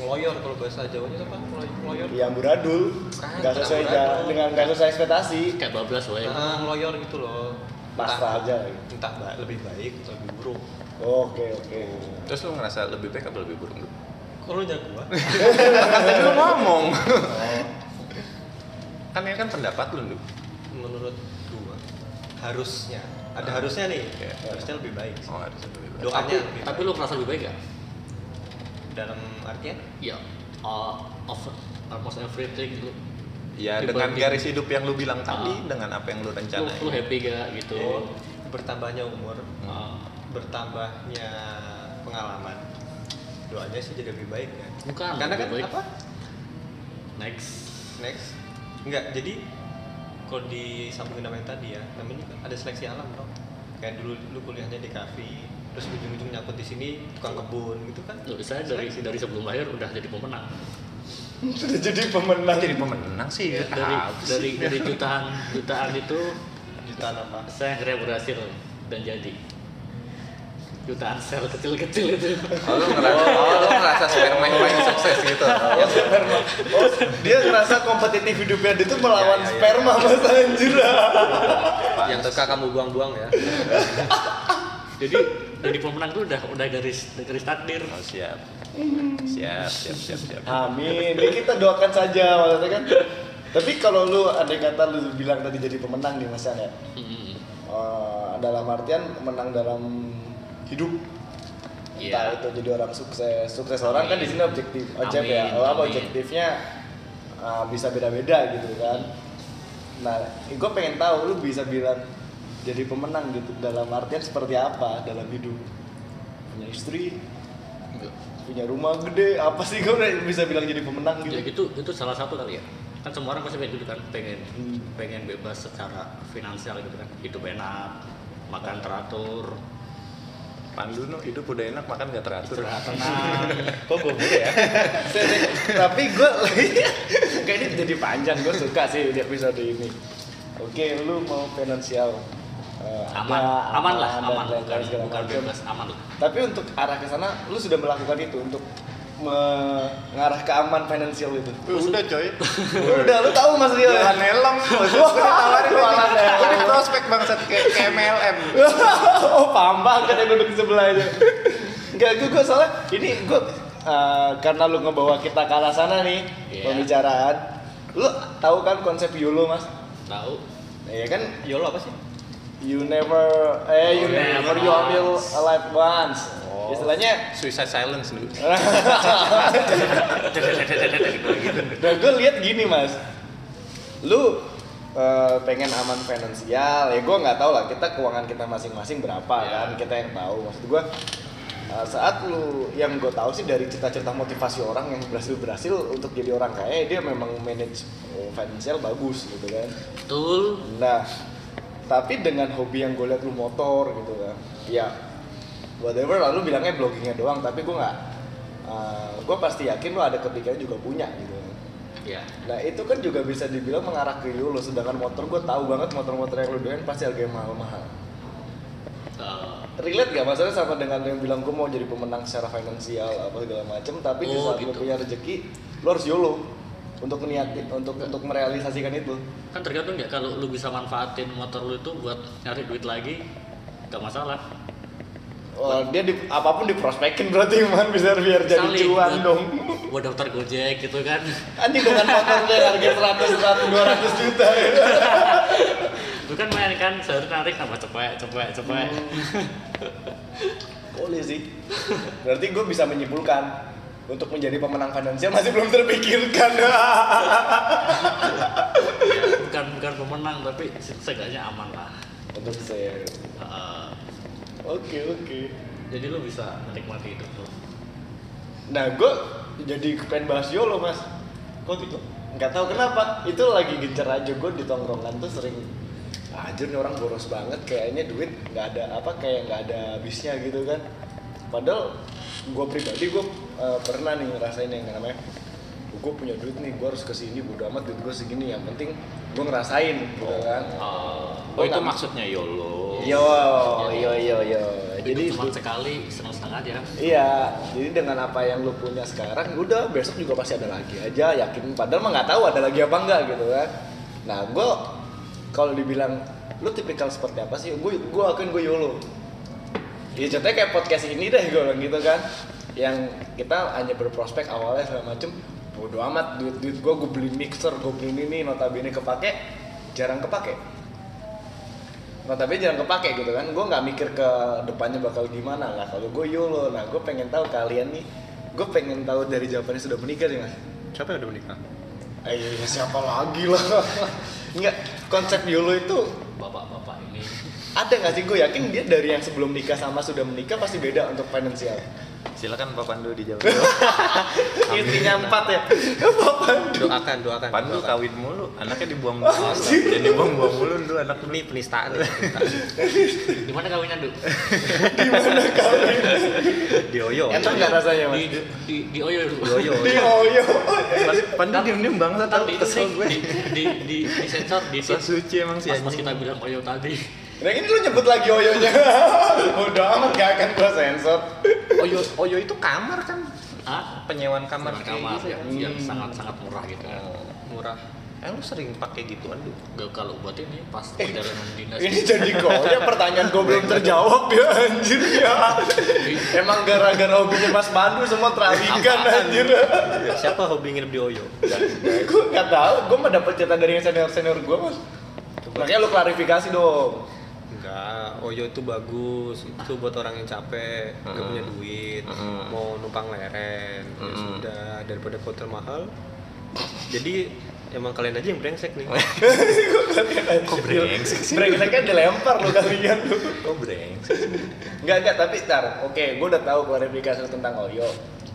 Speaker 6: Ngeloyor kalau bahasa Jawanya itu apa? Ngeloy- Ngeloyor?
Speaker 3: Ya amburadul.
Speaker 6: Bukan,
Speaker 3: Enggak sesuai
Speaker 6: bukan
Speaker 3: dengan-
Speaker 6: amburadul.
Speaker 3: dengan enggak sesuai ekspektasi.
Speaker 4: Kayak bablas wae.
Speaker 6: Nah, ngeloyor gitu loh.
Speaker 3: Pasrah aja lagi.
Speaker 6: Entah ba- lebih baik atau lebih buruk.
Speaker 3: Oke, oke.
Speaker 5: terus lu ngerasa lebih baik apa lebih buruk
Speaker 6: Kalau lu nyaku gua,
Speaker 5: Tadi lu ngomong kan ini kan pendapat lu Ndu.
Speaker 6: menurut gua harusnya ada harusnya nih,
Speaker 5: Iya.
Speaker 6: harusnya lebih baik. sih.
Speaker 5: oh harusnya lebih baik
Speaker 6: Doanya lebih
Speaker 4: Ah. Tapi
Speaker 6: baik.
Speaker 4: lu merasa lebih baik gak?
Speaker 6: dalam artian
Speaker 4: Ya, all of almost everything lu
Speaker 5: ya dengan
Speaker 4: Dibanding-
Speaker 5: garis hidup yang lu bilang tadi
Speaker 4: Ah.
Speaker 5: dengan apa yang lu
Speaker 4: lu, lu
Speaker 5: rencanain
Speaker 4: happy gak gitu.
Speaker 6: oh, Eh. bertambahnya umur,
Speaker 4: Ah,
Speaker 6: bertambahnya pengalaman, doanya sih jadi lebih baik ya.
Speaker 4: Bukan,
Speaker 6: Karena
Speaker 4: Ah, lebih
Speaker 6: kan
Speaker 4: baik.
Speaker 6: apa?
Speaker 4: next.
Speaker 6: Next, enggak. Jadi kalau disambungin sama yang tadi ya, namanya kan ada seleksi alam bro. Kayak dulu lu kuliahnya di kafe, terus ujung-ujung nyangkut di sini tukang kebun gitu kan?
Speaker 4: Loh, saya dari
Speaker 6: Seleksi.
Speaker 4: dari sebelum lahir udah jadi pemenang.
Speaker 3: Sudah jadi pemenang.
Speaker 5: jadi pemenang sih ya.
Speaker 4: Iya, Dari
Speaker 5: Apa sih?
Speaker 4: dari dari jutaan jutaan itu
Speaker 6: jutaan apa?
Speaker 4: saya akhirnya berhasil dan jadi jutaan sel kecil-kecil itu.
Speaker 5: Oh, lu ngerasa, oh, lu ngerasa sperma yang paling sukses gitu.
Speaker 3: Oh, sperma. Oh, dia ngerasa kompetitif hidupnya dia tuh melawan
Speaker 6: Ya, ya, ya.
Speaker 3: sperma mas anjir.
Speaker 6: Yang suka kamu buang-buang ya?
Speaker 4: Jadi jadi pemenang tuh udah udah garis garis takdir.
Speaker 5: Oh, siap. Siap, siap, siap, siap.
Speaker 3: Amin. Ya, kita doakan saja maksudnya kan. Tapi kalau lu andai kata lu bilang tadi jadi pemenang nih Mas Yan, ya.
Speaker 4: Mm-mm.
Speaker 3: Eh, dalam artian menang dalam hidup. Entah
Speaker 4: Iya.
Speaker 3: itu jadi orang sukses. Sukses orang kan di sini objektif. Ojek
Speaker 4: Amin,
Speaker 3: ya. Oh, apa
Speaker 4: amin.
Speaker 3: objektifnya eh, bisa beda-beda gitu kan. Nah, gue pengen tahu lu bisa bilang jadi pemenang gitu dalam artian seperti apa dalam hidup. Punya istri, punya rumah gede, apa sih gue bisa bilang jadi pemenang
Speaker 4: Ya
Speaker 3: gitu?
Speaker 4: gitu itu salah satu kali ya. Kan semua orang pasti pengen gitu kan pengen
Speaker 3: Hmm.
Speaker 4: pengen bebas secara finansial gitu kan. Hidup enak, makan teratur,
Speaker 5: Pandu no, hidup udah enak, makan gak teratur.
Speaker 4: istirahat tenang.
Speaker 5: Kok gue boleh ya?
Speaker 3: tapi gue kayaknya jadi panjang gue suka sih di episode ini oke lu mau finansial eh, ada,
Speaker 4: aman, aman lah,
Speaker 3: ada,
Speaker 4: aman
Speaker 3: dan
Speaker 4: bukan
Speaker 3: segala
Speaker 4: bukan
Speaker 3: macam.
Speaker 4: bebas, aman lah.
Speaker 3: tapi untuk arah ke sana lu sudah melakukan itu untuk mengarah ke aman finansial itu
Speaker 5: Udah coy.
Speaker 3: udah lu tahu mas Rio ya
Speaker 5: Jualan helm,
Speaker 3: Wah,
Speaker 5: gue ditawarin
Speaker 3: jualan helm.
Speaker 5: Gue di prospek bangsat ke, ke MLM.
Speaker 3: oh paham banget yang duduk di sebelah aja Enggak, gue, gue soalnya ini gue eh, karena lu ngebawa kita ke arah sana nih
Speaker 4: Iya.
Speaker 3: pembicaraan lu tahu kan konsep YOLO mas
Speaker 4: Tahu.
Speaker 3: Iya kan
Speaker 6: Yolo apa sih? iya.
Speaker 3: you never eh you
Speaker 4: Oh,
Speaker 3: never
Speaker 4: never
Speaker 3: you only
Speaker 4: once.
Speaker 3: alive once
Speaker 6: Oh.
Speaker 3: istilahnya
Speaker 5: Suicide silence dulu.
Speaker 3: Nah, gue lihat gini mas, lu eh, pengen aman finansial, ya gue nggak tahu lah kita keuangan kita masing-masing berapa kan, kita yang tahu. Maksud gue eh, saat lu yang gue tahu sih dari cerita-cerita motivasi orang yang berhasil berhasil untuk jadi orang kaya, dia memang manage eh, finansial bagus gitu kan.
Speaker 4: Betul.
Speaker 3: Nah, tapi dengan hobi yang gue liat lu motor gitu kan, ya whatever lalu bilangnya bloggingnya doang, tapi gue nggak, gue pasti yakin lu ada kepikiran juga punya gitu. kan.
Speaker 4: Ya.
Speaker 3: Nah itu kan juga bisa dibilang mengarah ke YOLO Sedangkan motor gue tahu banget motor-motor yang lu doain pasti harganya mahal-mahal
Speaker 4: Eh,
Speaker 3: Relate gak masalahnya sama dengan yang bilang gue mau jadi pemenang secara finansial apa segala macem Tapi di
Speaker 4: Oh,
Speaker 3: saat lu
Speaker 4: gitu.
Speaker 3: punya rezeki, lu harus YOLO Untuk niatin, untuk untuk merealisasikan itu
Speaker 4: kan tergantung ya kalau lu bisa manfaatin motor lu itu buat nyari duit lagi gak masalah Oh.
Speaker 3: Wah, dia di, apapun diprospekin berarti man bisa biar jadi
Speaker 4: Misalnya
Speaker 3: cuan
Speaker 4: buat-
Speaker 3: dong
Speaker 4: buat daftar gojek gitu kan
Speaker 3: Anjing dengan motornya harga 100, 100, 200 juta ya.
Speaker 4: lu kan main kan sehari narik sama cepet cepet cepet
Speaker 5: Hmm.
Speaker 3: Boleh sih. Berarti gue bisa menyimpulkan untuk menjadi pemenang finansial masih belum terpikirkan.
Speaker 4: bukan bukan pemenang tapi se- seenggaknya aman lah
Speaker 3: untuk saya.
Speaker 4: Eh,
Speaker 3: Oke oke.
Speaker 4: jadi lu bisa menikmati hidup lu
Speaker 3: Nah gue jadi pengen bahas YOLO mas. gitu? Kok itu? Nggak tahu kenapa. Itu lagi gencar aja gue di tongkrongan tuh sering anjir nih orang boros banget kayaknya duit nggak ada apa kayak nggak ada habisnya gitu kan padahal gue pribadi gue pernah nih ngerasain yang namanya gue punya duit nih gue harus kesini bodo amat duit gue segini yang penting gue ngerasain gitu kan
Speaker 5: Oh,
Speaker 3: Oh,
Speaker 5: itu
Speaker 3: nggak-
Speaker 5: maksudnya YOLO.
Speaker 3: yo yo yo yo
Speaker 4: Jadi
Speaker 3: jadi
Speaker 4: cuma sekali seneng-seneng aja kan.
Speaker 3: Iya, jadi dengan apa yang lu punya sekarang, udah besok juga pasti ada lagi aja, yakin. Padahal mah nggak tahu ada lagi apa enggak gitu kan. Nah, gue kalau dibilang lu tipikal seperti apa sih? Gue gue akan gue yolo. Ya contohnya kayak podcast ini deh gue bilang gitu kan, yang kita hanya berprospek awalnya segala macem. Bodo amat duit duit gue, gue beli mixer, gue beli ini, notabene kepake, jarang kepake. Nah tapi jarang kepake gitu kan, gue nggak mikir ke depannya bakal gimana lah. Kalau gue YOLO, nah gue pengen tahu kalian nih, gue pengen tahu dari jawabannya sudah menikah sih mas.
Speaker 6: Siapa yang udah menikah?
Speaker 3: Eh ya siapa lagi lah? Enggak, konsep YOLO itu
Speaker 4: Bapak-bapak ini
Speaker 3: ada nggak sih? Gue yakin dia dari yang sebelum nikah sama sudah menikah pasti beda untuk finansial.
Speaker 5: Silakan Pak Pandu dijawab.
Speaker 3: Intinya empat ya. Apa?
Speaker 6: Doakan, doakan.
Speaker 5: Pandu
Speaker 6: doakan.
Speaker 5: kawin mulu, anaknya dibuang buang Jadi dibuang buang mulu dulu anak
Speaker 6: Ini penistaan.
Speaker 4: di mana kawinan dulu?
Speaker 6: Dioyo.
Speaker 3: Enak nggak rasanya
Speaker 4: Di
Speaker 3: mas?
Speaker 4: di di, di Oyo dulu.
Speaker 6: Dioyo.
Speaker 3: Iya. Di oyo.
Speaker 5: Pandu diem diem bangsa
Speaker 4: Ntar
Speaker 5: tau
Speaker 4: di
Speaker 5: kesel
Speaker 4: di,
Speaker 5: gue.
Speaker 4: di, di, di, di sensor di
Speaker 5: So suci emang sih
Speaker 4: pas, pas
Speaker 5: anjing.
Speaker 4: kita bilang Oyo tadi.
Speaker 3: Nah ini lu nyebut lagi oyonya. Udah amat gak akan gue sensor.
Speaker 5: Oyo Oyo itu kamar kan
Speaker 4: Hah?
Speaker 5: penyewaan kamar kayak
Speaker 4: kamar
Speaker 5: gitu ya.
Speaker 4: yang, yang sangat-sangat murah gitu kan.
Speaker 5: Murah. Eh lu sering pakai gituan lu?
Speaker 4: Gak kalau buat ini pas
Speaker 5: Eh.
Speaker 4: perjalanan dinas
Speaker 3: Ini jadi gonya pertanyaan gue belum terjawab ya anjir ya. Emang gara-gara hobinya Mas Pandu semua terabaikan anjir.
Speaker 6: Siapa hobi nginep di Oyo?
Speaker 3: gue gak tahu, gue mah dapet cerita dari yang senior-senior gue mas. Makanya lu klarifikasi dong.
Speaker 6: Enggak, Oyo itu bagus. Itu buat orang yang capek, nggak
Speaker 5: Mm-mm.
Speaker 6: punya duit,
Speaker 5: Mm-mm.
Speaker 6: mau numpang leren. Ya
Speaker 5: Mm-mm.
Speaker 6: sudah, daripada hotel mahal. Jadi emang kalian aja yang brengsek nih.
Speaker 5: Kok brengsek sih?
Speaker 3: Brengsek kan dilempar lu kalian tuh.
Speaker 5: Kok brengsek?
Speaker 3: Enggak enggak, tapi ntar. Oke, gue udah tahu klarifikasi lu tentang Oyo.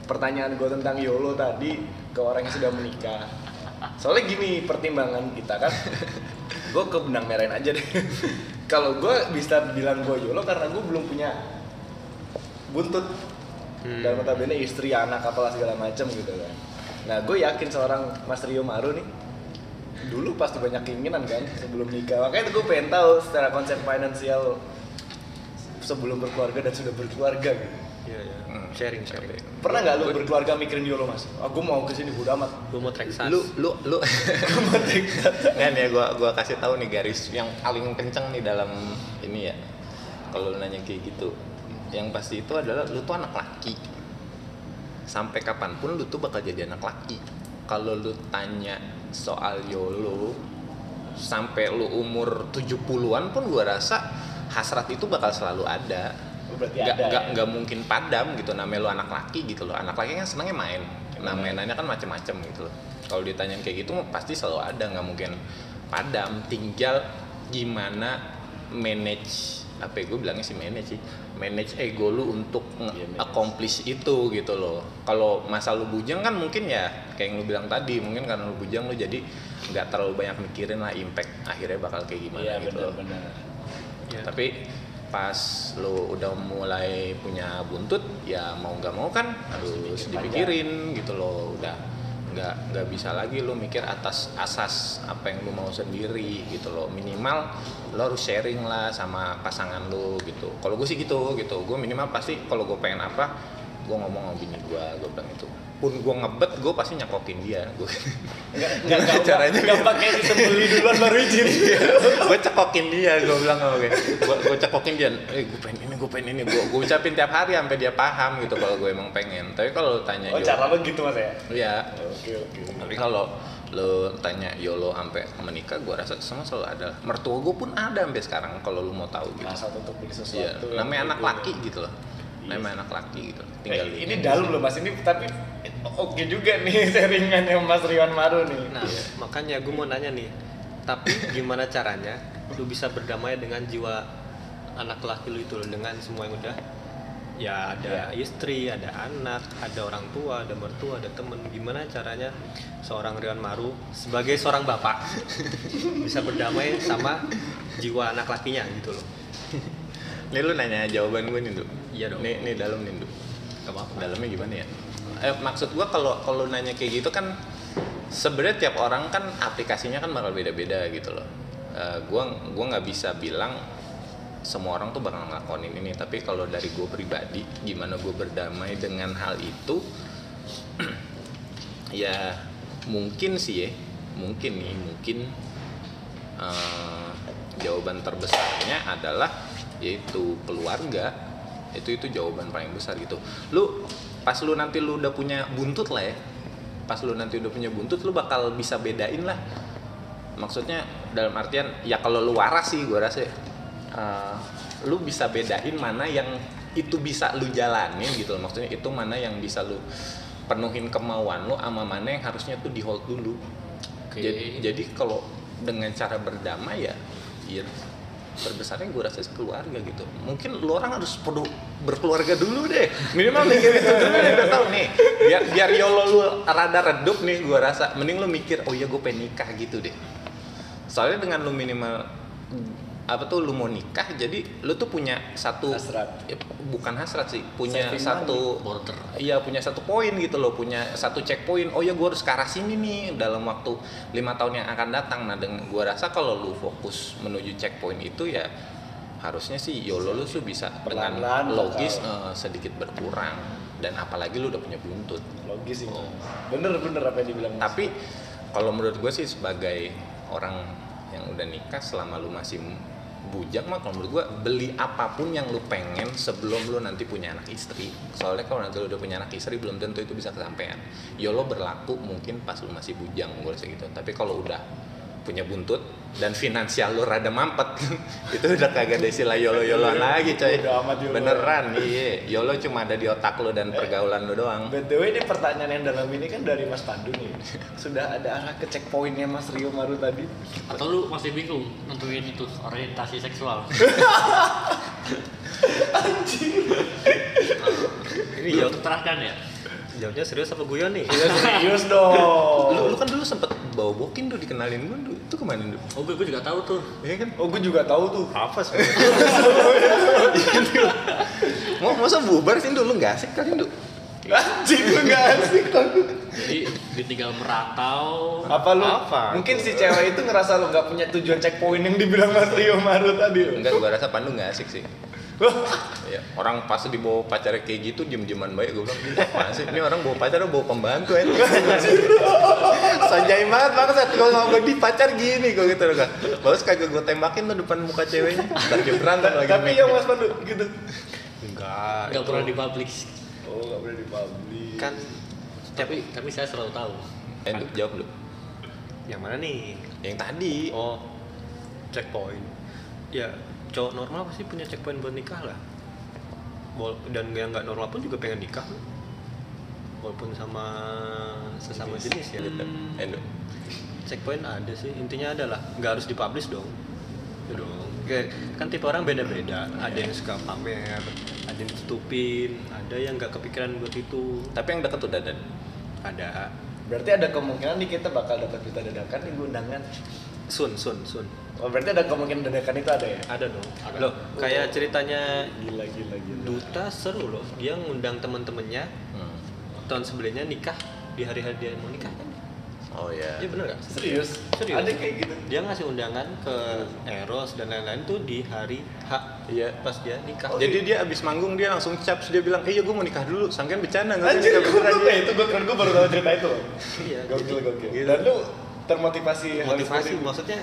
Speaker 3: Pertanyaan gue tentang Yolo tadi ke orang yang sudah menikah. Soalnya gini pertimbangan kita kan. gue ke benang merahin aja deh. Kalau gue bisa bilang gue Yolo karena gue belum punya buntut
Speaker 6: Hmm.
Speaker 3: dan notabene istri anak apalah segala macam gitu kan nah gue yakin seorang Mas Rio Maru nih dulu pasti banyak keinginan kan sebelum nikah makanya gue pengen tahu secara konsep finansial sebelum berkeluarga dan sudah berkeluarga gitu
Speaker 6: Iya, iya.
Speaker 5: Mm.
Speaker 6: Sharing, sharing.
Speaker 3: pernah nggak lu berkeluarga mikirin Yolo mas aku mau kesini bodo amat
Speaker 6: Gue mau Texas.
Speaker 5: Lu lu lu Nggak nih ya gua gua kasih tahu nih garis yang paling kenceng nih dalam ini ya. Kalau lu nanya kayak gitu, yang pasti itu adalah lu tuh anak laki. Sampai kapanpun lu tuh bakal jadi anak laki. Kalau lu tanya soal YOLO sampai lu umur 70-an pun gua rasa hasrat itu bakal selalu ada.
Speaker 3: Oh, berarti
Speaker 5: Nggak-
Speaker 3: ada
Speaker 5: nggak-
Speaker 3: ya?
Speaker 5: nggak mungkin padam gitu namanya lo anak laki gitu loh anak laki kan senengnya main nah mainannya kan macem-macem gitu loh kalau ditanyain kayak gitu pasti selalu ada nggak mungkin padam tinggal gimana manage apa ya, gue bilangnya sih manage sih manage ego lu untuk accomplish itu gitu loh kalau masa lu bujang kan mungkin ya kayak yang lu bilang tadi mungkin karena lu bujang lu jadi nggak terlalu banyak mikirin lah impact akhirnya bakal kayak gimana
Speaker 3: iya
Speaker 5: gitu loh
Speaker 3: benar-benar
Speaker 6: Iya.
Speaker 5: tapi pas lo udah mulai punya buntut ya mau nggak mau kan harus dipikirin gitu loh udah nggak nggak bisa lagi lo mikir atas asas apa yang lo mau sendiri gitu loh minimal lo harus sharing lah sama pasangan lo gitu kalau gue sih gitu gitu gue minimal pasti kalau gue pengen apa gue ngomong sama bini gue gue bilang itu pun gue ngebet gue pasti nyakokin dia gue
Speaker 3: nggak nggak caranya nggak pakai sistem beli duluan baru izin
Speaker 5: gue cekokin dia gue bilang oke gue gue cekokin dia eh gue pengen ini gue pengen ini gue gue ucapin tiap hari sampai dia paham gitu kalau gue emang pengen tapi kalau lu tanya
Speaker 3: oh
Speaker 5: yo-
Speaker 3: cara lu gitu mas ya
Speaker 5: ya
Speaker 3: oke oke
Speaker 5: tapi kalau lo tanya yolo sampai menikah gue rasa semua selalu ada mertua gue pun ada sampai sekarang kalau lu mau tahu gitu
Speaker 3: Masa untuk beli sesuatu
Speaker 5: Iya,
Speaker 3: Nah, yang
Speaker 5: namanya anak
Speaker 3: berbeda.
Speaker 5: laki gitu loh namanya anak laki gitu tinggal
Speaker 3: Eh,
Speaker 5: di-
Speaker 3: ini dalam loh mas ini tapi oke juga nih sharingan yang Mas Riwan Maru nih.
Speaker 6: Nah, makanya gue mau nanya nih, tapi gimana caranya lu bisa berdamai dengan jiwa anak laki lu itu loh, dengan semua yang udah ya ada istri, ada anak, ada orang tua, ada mertua, ada temen. Gimana caranya seorang Rian Maru sebagai seorang bapak bisa berdamai sama jiwa anak lakinya gitu loh
Speaker 5: Ini lu nanya jawaban gue Nindu.
Speaker 6: Iya dong.
Speaker 5: Nih, nih dalam Nindu.
Speaker 6: Gak apa-apa.
Speaker 5: Dalamnya gimana ya? Eh, maksud gue kalau kalau nanya kayak gitu kan sebenarnya tiap orang kan aplikasinya kan bakal beda-beda gitu loh. Eh, Gue gua nggak bisa bilang semua orang tuh bakal ngelakonin ini tapi kalau dari gue pribadi gimana gue berdamai dengan hal itu ya mungkin sih ya mungkin nih mungkin eh, jawaban terbesarnya adalah yaitu keluarga itu itu jawaban paling besar gitu lu pas lu nanti lu udah punya buntut lah ya pas lu nanti udah punya buntut lu bakal bisa bedain lah maksudnya dalam artian ya kalau lu waras sih gua rasa ya, eh, lu bisa bedain mana yang itu bisa lu jalanin gitu loh. maksudnya itu mana yang bisa lu penuhin kemauan lu ama mana yang harusnya tuh di hold dulu
Speaker 4: Oke.
Speaker 5: jadi jadi kalau dengan cara berdamai ya ya terbesarnya gue rasa keluarga gitu mungkin lu orang harus perlu berkeluarga dulu deh minimal mikir itu dulu deh udah tau nih biar biar yolo lu rada redup nih gue rasa mending lu mikir oh iya gue pengen nikah gitu deh soalnya dengan lu minimal apa tuh lu mau nikah jadi lu tuh punya satu
Speaker 3: Hasrat.
Speaker 5: Ya, bukan hasrat sih punya
Speaker 3: Saving
Speaker 5: satu
Speaker 4: border
Speaker 5: Iya punya satu poin gitu loh, punya satu checkpoint. Oh ya gue harus ke arah sini nih dalam waktu lima tahun yang akan datang. Nah, dengan gue rasa kalau lu fokus menuju checkpoint itu ya harusnya sih YOLO lu tuh bisa dengan
Speaker 3: Perlahan-lahan
Speaker 5: logis
Speaker 3: bakal.
Speaker 5: eh, sedikit berkurang dan apalagi lu udah punya buntut.
Speaker 3: logis sih
Speaker 6: Oh.
Speaker 3: bener bener apa yang dibilang Mas.
Speaker 5: Tapi kalau menurut gue sih sebagai orang yang udah nikah selama lu masih bujang mah kalau menurut gue beli apapun yang lu pengen sebelum lu nanti punya anak istri soalnya kalau nanti lu udah punya anak istri belum tentu itu bisa kesampaian YOLO berlaku mungkin pas lu masih bujang gue rasa gitu tapi kalau udah punya buntut dan finansial lu rada mampet itu udah kagak ada istilah YOLO YOLO lagi coy
Speaker 3: Iya, Udah amat YOLO. Eh.
Speaker 5: beneran iya YOLO cuma ada di otak lu dan pergaulan lu doang
Speaker 3: BTW ini pertanyaan yang dalam ini kan dari Mas Pandu nih. Sudah ada arah ke checkpointnya Mas Rio Maru tadi.
Speaker 4: atau lu masih bingung nentuin itu orientasi seksual
Speaker 6: ini
Speaker 4: belum
Speaker 6: jawab,
Speaker 4: terterahkan ya
Speaker 6: jawabnya serius apa guyon nih
Speaker 5: Iya,
Speaker 3: Ya serius dong.
Speaker 5: Lu, lu kan dulu sempet bawa bokin tuh dikenalin gue dulu. Itu kemana dulu?
Speaker 4: oh gue, gue juga tahu tuh
Speaker 5: Iya kan?
Speaker 3: Oh gue juga tahu tuh.
Speaker 6: apa sebenarnya
Speaker 5: Mau masa bubar sih dulu nggak asik kali dulu.
Speaker 6: Iya.
Speaker 3: Anjing lu gak asik aku.
Speaker 4: jadi ditinggal merantau
Speaker 3: Apa lu?
Speaker 5: Apa?
Speaker 3: Mungkin si cewek itu ngerasa lu gak punya tujuan checkpoint yang dibilang Mas Rio Maru tadi.
Speaker 5: Enggak, gua rasa Pandu nggak asik sih.
Speaker 3: Loh,
Speaker 5: Ya, orang pas dibawa pacarnya kayak gitu diem-dieman baik gue bilang "Ini apaan sih ini orang bawa pacar bawa pembantu ya sanjai banget banget kalau ngomong di pacar gini gue gitu loh terus kagak gue tembakin tuh depan muka ceweknya ntar dia berantem lagi
Speaker 3: Tapi ya Mas Pandu gitu.
Speaker 6: enggak
Speaker 5: Ah,
Speaker 4: nggak
Speaker 6: itu
Speaker 4: pernah dipublish
Speaker 3: Oh gak boleh dipublish.
Speaker 6: kan
Speaker 4: tapi tapi saya selalu tahu
Speaker 5: Eh, Nduk, jawab lu
Speaker 6: yang mana nih
Speaker 5: yang tadi
Speaker 6: oh checkpoint ya cowok normal pasti punya checkpoint buat nikah lah Wal- dan yang nggak normal pun juga pengen nikah walaupun sama sesama jenis ya
Speaker 5: gitu Enduk
Speaker 6: checkpoint ada sih intinya adalah nggak harus dipublish dong Ya dong Kayak- kan tipe orang
Speaker 5: Nah,
Speaker 6: beda-beda ada yang suka pamer ada yang tutupin ada yang nggak kepikiran buat itu
Speaker 5: tapi yang deket tuh dadan
Speaker 6: ada
Speaker 3: Berarti ada kemungkinan nih kita bakal dapat berita dadakan nih undangan.
Speaker 6: sun sun sun
Speaker 3: Oh, berarti ada kemungkinan dadakan itu ada ya?
Speaker 6: ada dong loh kayak ceritanya
Speaker 3: Gila gila gila.
Speaker 6: duta seru loh dia ngundang temen-temennya
Speaker 5: Hmm.
Speaker 6: tahun sebelumnya nikah di hari-hari dia mau nikah kan
Speaker 5: oh ya
Speaker 6: iya bener gak?
Speaker 3: Serius?
Speaker 6: Serius.
Speaker 3: Ada kayak gitu?
Speaker 6: dia ngasih undangan ke Eros dan lain-lain tuh di hari H
Speaker 5: Iya.
Speaker 6: pas dia nikah
Speaker 5: Jadi dia abis manggung dia langsung caps dia bilang, iya gue mau nikah dulu, sangkain bercanda nggak
Speaker 3: Anjir,
Speaker 5: sih?
Speaker 3: gue tuh kayak itu, gue keren, gue baru tau cerita itu
Speaker 6: Iya,
Speaker 3: Gokil,
Speaker 6: jadi-
Speaker 3: gokil Dan lu termotivasi hal seperti
Speaker 6: motivasi
Speaker 3: itu?
Speaker 6: maksudnya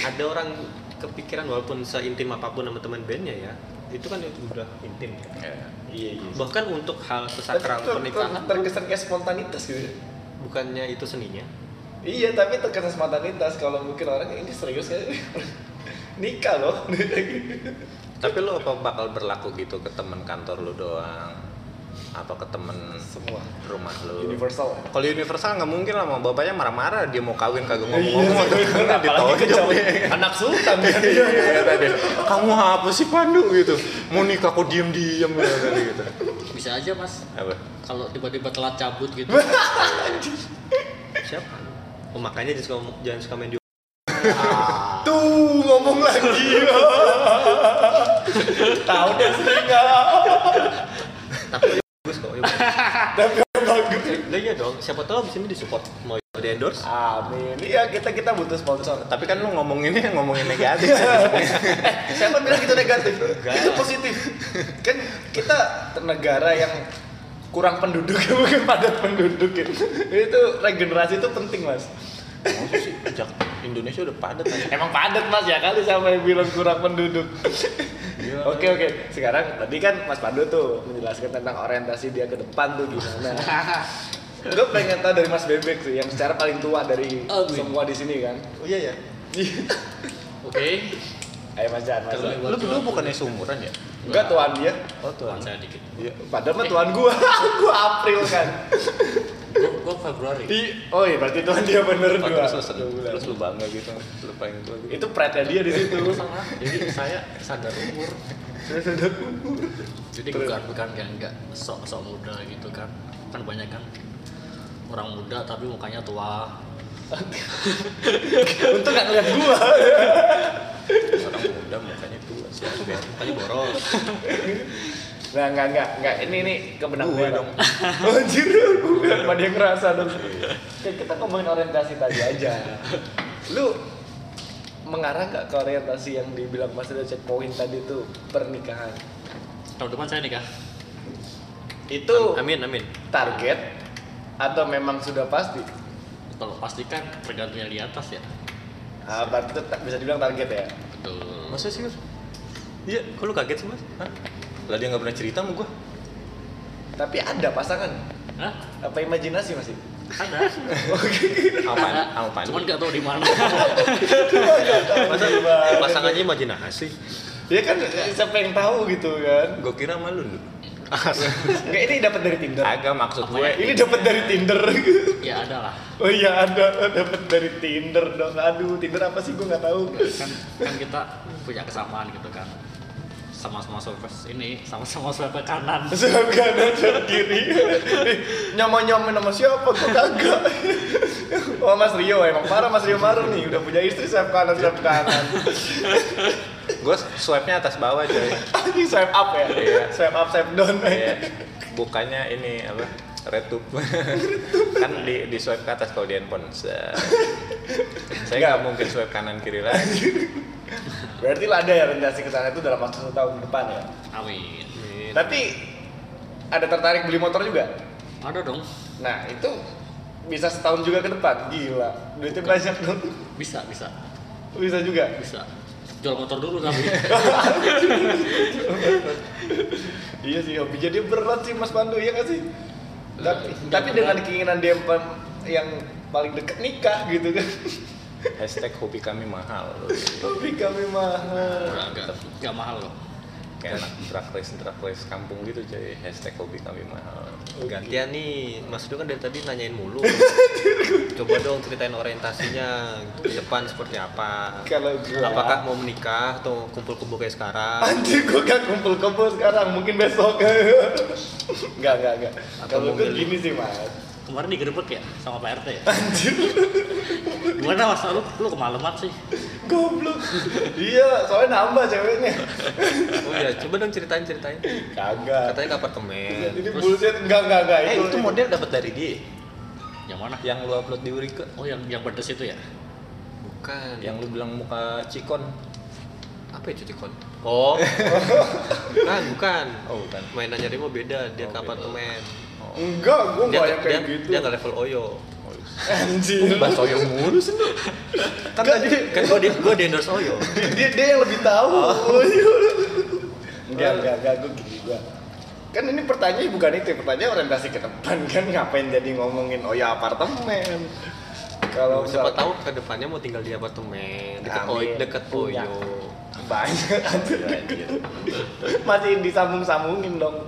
Speaker 6: ada orang kepikiran walaupun seintim apapun sama teman bandnya ya itu kan udah intim ya.
Speaker 5: Ya.
Speaker 3: Iya, iya
Speaker 6: bahkan untuk hal
Speaker 3: Tapi
Speaker 6: sesakral
Speaker 3: ter-
Speaker 6: pernikahan
Speaker 3: ter- Terkesan kayak spontanitas gitu
Speaker 6: bukannya itu seninya
Speaker 3: Iya, tapi terkesan spontanitas Kalau mungkin orang kayak, ini serius kayak Nikah loh
Speaker 5: Tapi lo apa bakal berlaku gitu ke temen kantor lo doang? Apa ke temen
Speaker 3: Semua.
Speaker 5: rumah lo?
Speaker 3: Universal ya?
Speaker 5: Kalau universal nggak mungkin lah, sama bapaknya marah-marah dia mau kawin kagak ngomong-ngomong gitu atau
Speaker 3: Iya,
Speaker 5: karena
Speaker 3: apalagi ke
Speaker 5: ditonjok
Speaker 3: cowok-
Speaker 5: dia.
Speaker 3: Anak sultan kan?
Speaker 5: Iya, iya, tadi. Kamu apa sih Pandu gitu? Mau nikah kok diem-diem ya, tadi gitu.
Speaker 4: bisa aja mas
Speaker 5: Apa?
Speaker 4: kalau tiba-tiba telat cabut gitu
Speaker 6: siapa oh, makanya jangan suka, jangan suka main di
Speaker 3: Tuh ngomong lagi. Tahu deh sering nggak?
Speaker 6: bagus kok. ya bagus. Lah iya dong, siapa tahu abis ini disupport mau di endorse.
Speaker 3: Amin. Iya kita kita butuh sponsor.
Speaker 5: Tapi kan lu ngomonginnya ngomongin negatif.
Speaker 3: Eh, Siapa bilang itu negatif? Itu positif. Kan kita negara yang kurang penduduk mungkin padat penduduk gitu. itu regenerasi itu penting mas
Speaker 5: Masa sih Jak, Indonesia udah padat aja.
Speaker 3: emang padat mas ya kali sampai bilang kurang penduduk Iya. oke oke sekarang tadi kan mas Pandu tuh menjelaskan tentang orientasi dia ke depan tuh gimana gue pengen tahu dari mas Bebek sih yang secara paling tua dari
Speaker 4: Oh, gue.
Speaker 3: semua di sini kan
Speaker 6: Oh iya ya.
Speaker 4: Oke,
Speaker 3: ayo mas Jan mas Jan.
Speaker 5: Lu berdua bukannya seumuran ya?
Speaker 3: enggak tuan dia Iya,
Speaker 5: Oh tuh.
Speaker 4: tuan saya dikit.
Speaker 3: padahal mah tuan gua gua April kan
Speaker 4: Gue gue Februari.
Speaker 3: Di- oh iya berarti tuan dia bener
Speaker 5: Oh,
Speaker 3: dua
Speaker 5: terus lu seneng, terus lu bangga gitu, lu paling tua gitu.
Speaker 3: itu pride dia di situ
Speaker 4: Salah. Jadi saya sadar umur. Jadi bukan bukan kayak enggak sok sok muda gitu kan. Kan banyak kan orang muda tapi mukanya tua.
Speaker 3: untung gak ngeliat gua
Speaker 5: Orang muda mukanya tua sih.
Speaker 6: Tadi boros.
Speaker 3: Nah, enggak, enggak, enggak. Ini ini ke benak gue dong. Anjir, gue apa dia ngerasa dong. Kan kita ngomongin orientasi tadi aja. Lu mengarah nggak ke orientasi yang dibilang Mas Rio checkpoint tadi tuh pernikahan?
Speaker 4: Tahun depan saya nikah. Oh.
Speaker 3: Itu
Speaker 6: Amin amin.
Speaker 3: target atau memang sudah pasti?
Speaker 4: Kalau pasti kan tergantung yang di atas ya.
Speaker 3: Ah, berarti itu tak- bisa dibilang target ya.
Speaker 4: Betul.
Speaker 5: Masa sih lu?
Speaker 6: Iya, kok lu kaget sih mas?
Speaker 5: Hah? Lah dia nggak pernah cerita sama gua.
Speaker 3: Tapi ada pasangan.
Speaker 4: Hah?
Speaker 3: Apa imajinasi masih?
Speaker 4: Ada.
Speaker 5: Apaan? Apaan?
Speaker 4: Cuman nggak tahu di mana.
Speaker 6: Masa pasangannya imajinasi.
Speaker 3: Ya kan siapa yang tahu gitu kan?
Speaker 5: Gua kira malu lu.
Speaker 3: Enggak ini dapat dari Tinder.
Speaker 5: Agak maksud gue.
Speaker 3: Ini dapat dari Tinder.
Speaker 4: ya ada lah.
Speaker 3: Oh iya ada dapat dari Tinder dong. Aduh Tinder apa sih gue nggak tahu.
Speaker 4: kan kan kita punya kesamaan gitu kan sama-sama swipe ini sama-sama swipe kanan
Speaker 3: Sebab kanan dan kiri nyaman nyaman sama siapa kok kagak. Wah Mas Rio emang parah Mas Rio Maru nih udah punya istri sayap kanan sayap kanan.
Speaker 5: Gue swipe-nya atas bawah coy.
Speaker 3: Ini sayap up ya.
Speaker 5: Iya.
Speaker 3: Sayap up sayap down.
Speaker 5: Iya. Bukannya ini apa? Retup. kan di, di swipe ke atas kalau di handphone. Set. Saya nggak mungkin swipe kanan kiri lagi.
Speaker 3: Berarti lah ada ya orientasi ke sana itu dalam waktu satu tahun ke depan ya.
Speaker 4: amin
Speaker 5: Iya.
Speaker 3: Tapi ada tertarik beli motor juga.
Speaker 4: ada dong
Speaker 3: Nah itu bisa setahun juga ke depan. Gila duitnya banyak dong.
Speaker 4: bisa bisa
Speaker 3: Bisa juga.
Speaker 4: bisa jual motor dulu tapi
Speaker 3: Iya sih hobinya dia berat sih Mas Pandu ya nggak sih? Tapi,
Speaker 4: Iya,
Speaker 3: tapi
Speaker 4: berat.
Speaker 3: dengan keinginan dia yang pa- yang paling dekat nikah gitu kan.
Speaker 5: Hashtag hobi kami mahal.
Speaker 3: Hobi kami eh, mahal.
Speaker 4: Nggak, nggak nggak mahal loh
Speaker 5: Kayak anak drag race, drag race kampung gitu coy. Hashtag hobi kami mahal.
Speaker 6: Gantian nih, Mas Rio kan dari tadi nanyain mulu. Coba dong ceritain orientasinya gitu, ke depan seperti apa.
Speaker 3: Kalau gua-
Speaker 6: apakah mau menikah atau kumpul-kumpul kayak sekarang
Speaker 3: Anjir gua gak kumpul-kumpul sekarang, mungkin besok. Enggak, enggak, enggak.
Speaker 6: Atau
Speaker 3: Kalau
Speaker 6: mau
Speaker 3: gue
Speaker 6: beli.
Speaker 3: gini sih, Mas.
Speaker 4: kemarin digerebek ya sama Pak RT ya gimana mas lu lu kemalaman sih
Speaker 3: Goblok. iya, soalnya nambah ceweknya.
Speaker 6: oh iya coba dong ceritain ceritain
Speaker 3: Kagak.
Speaker 6: katanya ke apartemen
Speaker 3: Ini bullshit enggak, enggak, enggak.
Speaker 5: Eh itu model dapat dari dia.
Speaker 4: yang mana
Speaker 5: Yang lu upload di Urika.
Speaker 4: oh yang yang pedes itu ya
Speaker 6: bukan
Speaker 5: Yang lu bilang muka cikon.
Speaker 6: apa ya cuti kon oh bukan bukan
Speaker 5: Oh, bukan.
Speaker 6: mainannya Rimo beda
Speaker 5: Oh,
Speaker 6: dia ke
Speaker 5: beda.
Speaker 6: apartemen
Speaker 3: Enggak, gua
Speaker 6: dia
Speaker 3: enggak yang
Speaker 6: dia,
Speaker 3: kayak gitu.
Speaker 6: dia nggak level oyo
Speaker 3: Anjir.
Speaker 5: Bahasa yang mulu sih lu.
Speaker 6: kan tadi kan gua di gua di endorse oyo
Speaker 3: dia, dia, dia yang lebih tahu. enggak, enggak, enggak, gue gini gua. Kan ini pertanyaan bukan itu, ya, pertanyaan orientasi ke depan kan ngapain jadi ngomongin oh ya apartemen. Kalau
Speaker 6: siapa
Speaker 3: misal-
Speaker 6: tahu ke depannya mau tinggal di apartemen deket
Speaker 3: Amin. Iya.
Speaker 6: oyo deket
Speaker 3: Punya.
Speaker 6: oyo
Speaker 3: banyak anjir. Masih disambung-sambungin dong.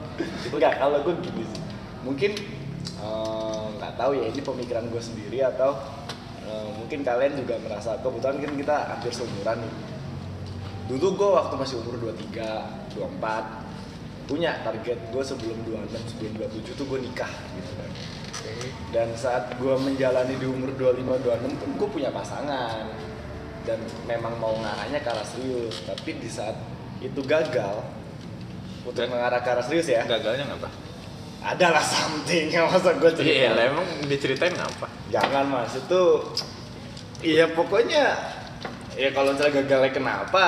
Speaker 3: Enggak, kalau gue gini sih. Mungkin eh, nggak tahu ya ini pemikiran gue sendiri atau eh, mungkin kalian juga merasa kebetulan kan kita hampir seumuran nih. Dulu gue waktu masih umur 23, 24 punya target gue sebelum 26, sebelum 27 tuh gue nikah gitu kan. Dan saat gue menjalani di umur 25, 26 pun gue punya pasangan dan memang mau ngarahnya ke arah serius tapi di saat itu gagal untuk
Speaker 5: Dan-
Speaker 3: mengarah ke arah serius ya
Speaker 5: Gagalnya ngapa?
Speaker 3: adalah something yang masa gue cerita
Speaker 5: Iya, lah, emang diceritain ngapa?
Speaker 3: jangan mas itu iya pokoknya ya kalau misalnya gagalnya kenapa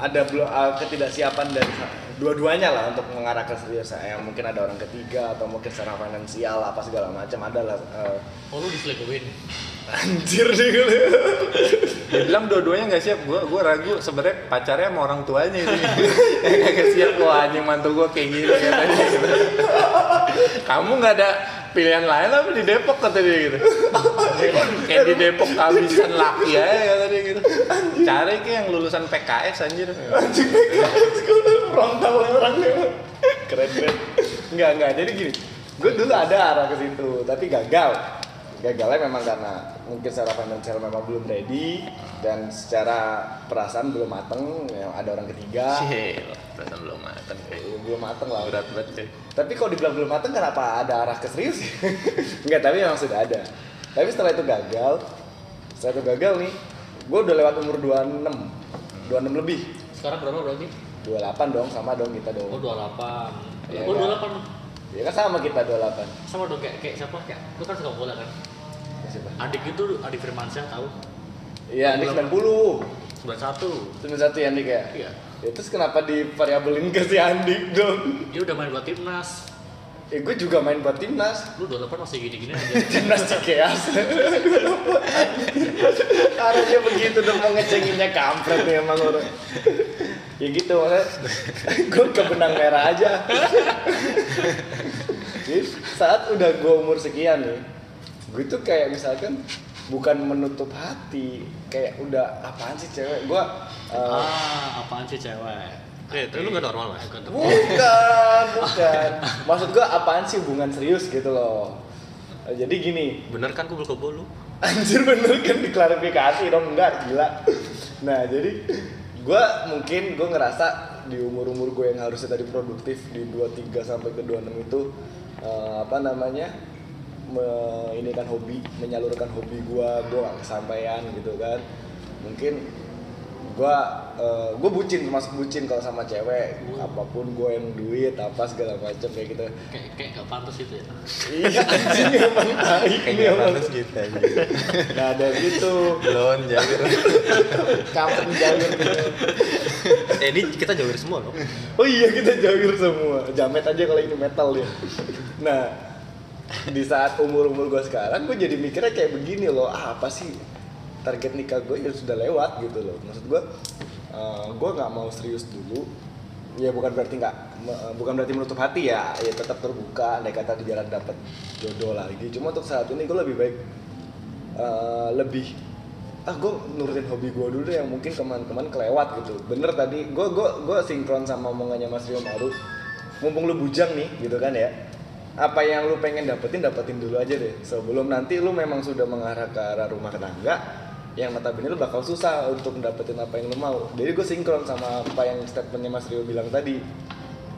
Speaker 3: ada belum ah, ketidaksiapan dari sa- dua-duanya lah untuk mengarah ke serius ya mungkin ada orang ketiga atau mungkin secara finansial apa segala macam adalah eh,
Speaker 4: Oh lu diselingkuhin?
Speaker 3: anjir deh
Speaker 5: Dia bilang dua-duanya nggak siap. Gua gua ragu sebenarnya pacarnya sama orang tuanya ini. Yang nggak siap wah anjing mantu gua kayak gini katanya. gitu. Kamu nggak ada pilihan lain apa di Depok kata dia gitu. kayak di Depok kehabisan laki aja kata dia gitu. Cari kayak yang lulusan PKS anjir.
Speaker 3: frontal orangnya keren keren nggak nggak jadi gini gue dulu ada arah ke situ tapi gagal gagalnya memang karena mungkin secara finansial memang belum ready dan secara perasaan belum mateng ya ada orang ketiga
Speaker 5: Cil, perasaan belum matang.
Speaker 3: Ya, belum mateng lah
Speaker 5: Berat banget cuy.
Speaker 3: tapi kalau dibilang belum mateng kenapa ada arah ke serius nggak tapi memang sudah ada tapi setelah itu gagal setelah itu gagal nih gue udah lewat umur 26 26 lebih
Speaker 4: Sekarang berapa berarti?
Speaker 3: 28 dong sama dong kita dong
Speaker 4: Oh 28
Speaker 3: Iya,
Speaker 4: Oh
Speaker 3: kan?
Speaker 4: 28
Speaker 3: Ya kan sama kita 28
Speaker 4: Sama dong kayak, kayak siapa? Kayak, lu kan suka bola kan?
Speaker 3: Siapa?
Speaker 4: Adik itu Adik Firmansyah tahu?
Speaker 3: Iya, Andi 90
Speaker 4: 91
Speaker 3: 91 ya Andik ya?
Speaker 4: Iya
Speaker 3: Ya, terus kenapa divariabelin ke si Andik dong?
Speaker 4: Dia udah main buat timnas
Speaker 3: Ya gue juga main buat timnas
Speaker 4: Lu 28 masih gini-gini aja
Speaker 3: Timnas Cikeas Harusnya begitu dong mau ngecenginnya kampret nih emang orang Ya gitu maksudnya Gue ke benang merah aja Jadi saat udah gue umur sekian nih Gue tuh kayak misalkan bukan menutup hati kayak udah apaan sih cewek gue eh,
Speaker 4: Ah apaan sih cewek?
Speaker 6: Eh, itu lu gak normal mas.
Speaker 3: Bukan, bukan. Maksud gua apaan sih hubungan serius gitu loh. Eh, Jadi gini,
Speaker 6: Bener kan kubul kebo lu?
Speaker 3: anjir bener kan diklarifikasi dong enggak gila. Nah, jadi gua mungkin gua ngerasa di umur-umur gue yang harusnya tadi produktif di 23 sampai ke 26 itu eh, apa namanya? me- ini kan hobi, menyalurkan hobi gua, gua gak kesampaian gitu kan. Mungkin gua eh, gua bucin termasuk bucin kalau sama cewek apapun gua yang duit apa segala macam kayak gitu
Speaker 4: Kayak, kayak gak pantas itu ya?
Speaker 3: iya anjing emang tai ini
Speaker 5: Kayaknya
Speaker 3: emang
Speaker 5: pantas gitu aja.
Speaker 3: nah ada gitu
Speaker 5: Belum jadi.
Speaker 3: kampung jalur gitu.
Speaker 6: Eh, ini kita jauhin semua loh.
Speaker 3: oh iya kita jawir semua jamet aja kalau ini metal ya nah di saat umur umur gua sekarang gua jadi mikirnya kayak begini loh ah, apa sih target nikah gue ya sudah lewat gitu loh maksud gua eh, gua nggak mau serius dulu ya bukan berarti nggak me- eh, bukan berarti menutup hati ya ya tetap terbuka andai kata di jalan dapat jodoh lagi cuma untuk saat ini gua lebih baik eh, lebih ah gue nurutin hobi gue dulu deh yang mungkin kemarin-kemarin kelewat gitu bener tadi gue gue gue sinkron sama omongannya Mas Rio Maru mumpung lu bujang nih gitu kan ya apa yang lu pengen dapetin dapetin dulu aja deh sebelum nanti lu memang sudah mengarah ke arah rumah tangga yang notabene lu bakal susah untuk dapetin apa yang lu mau jadi gue sinkron sama apa yang statementnya Mas Rio bilang tadi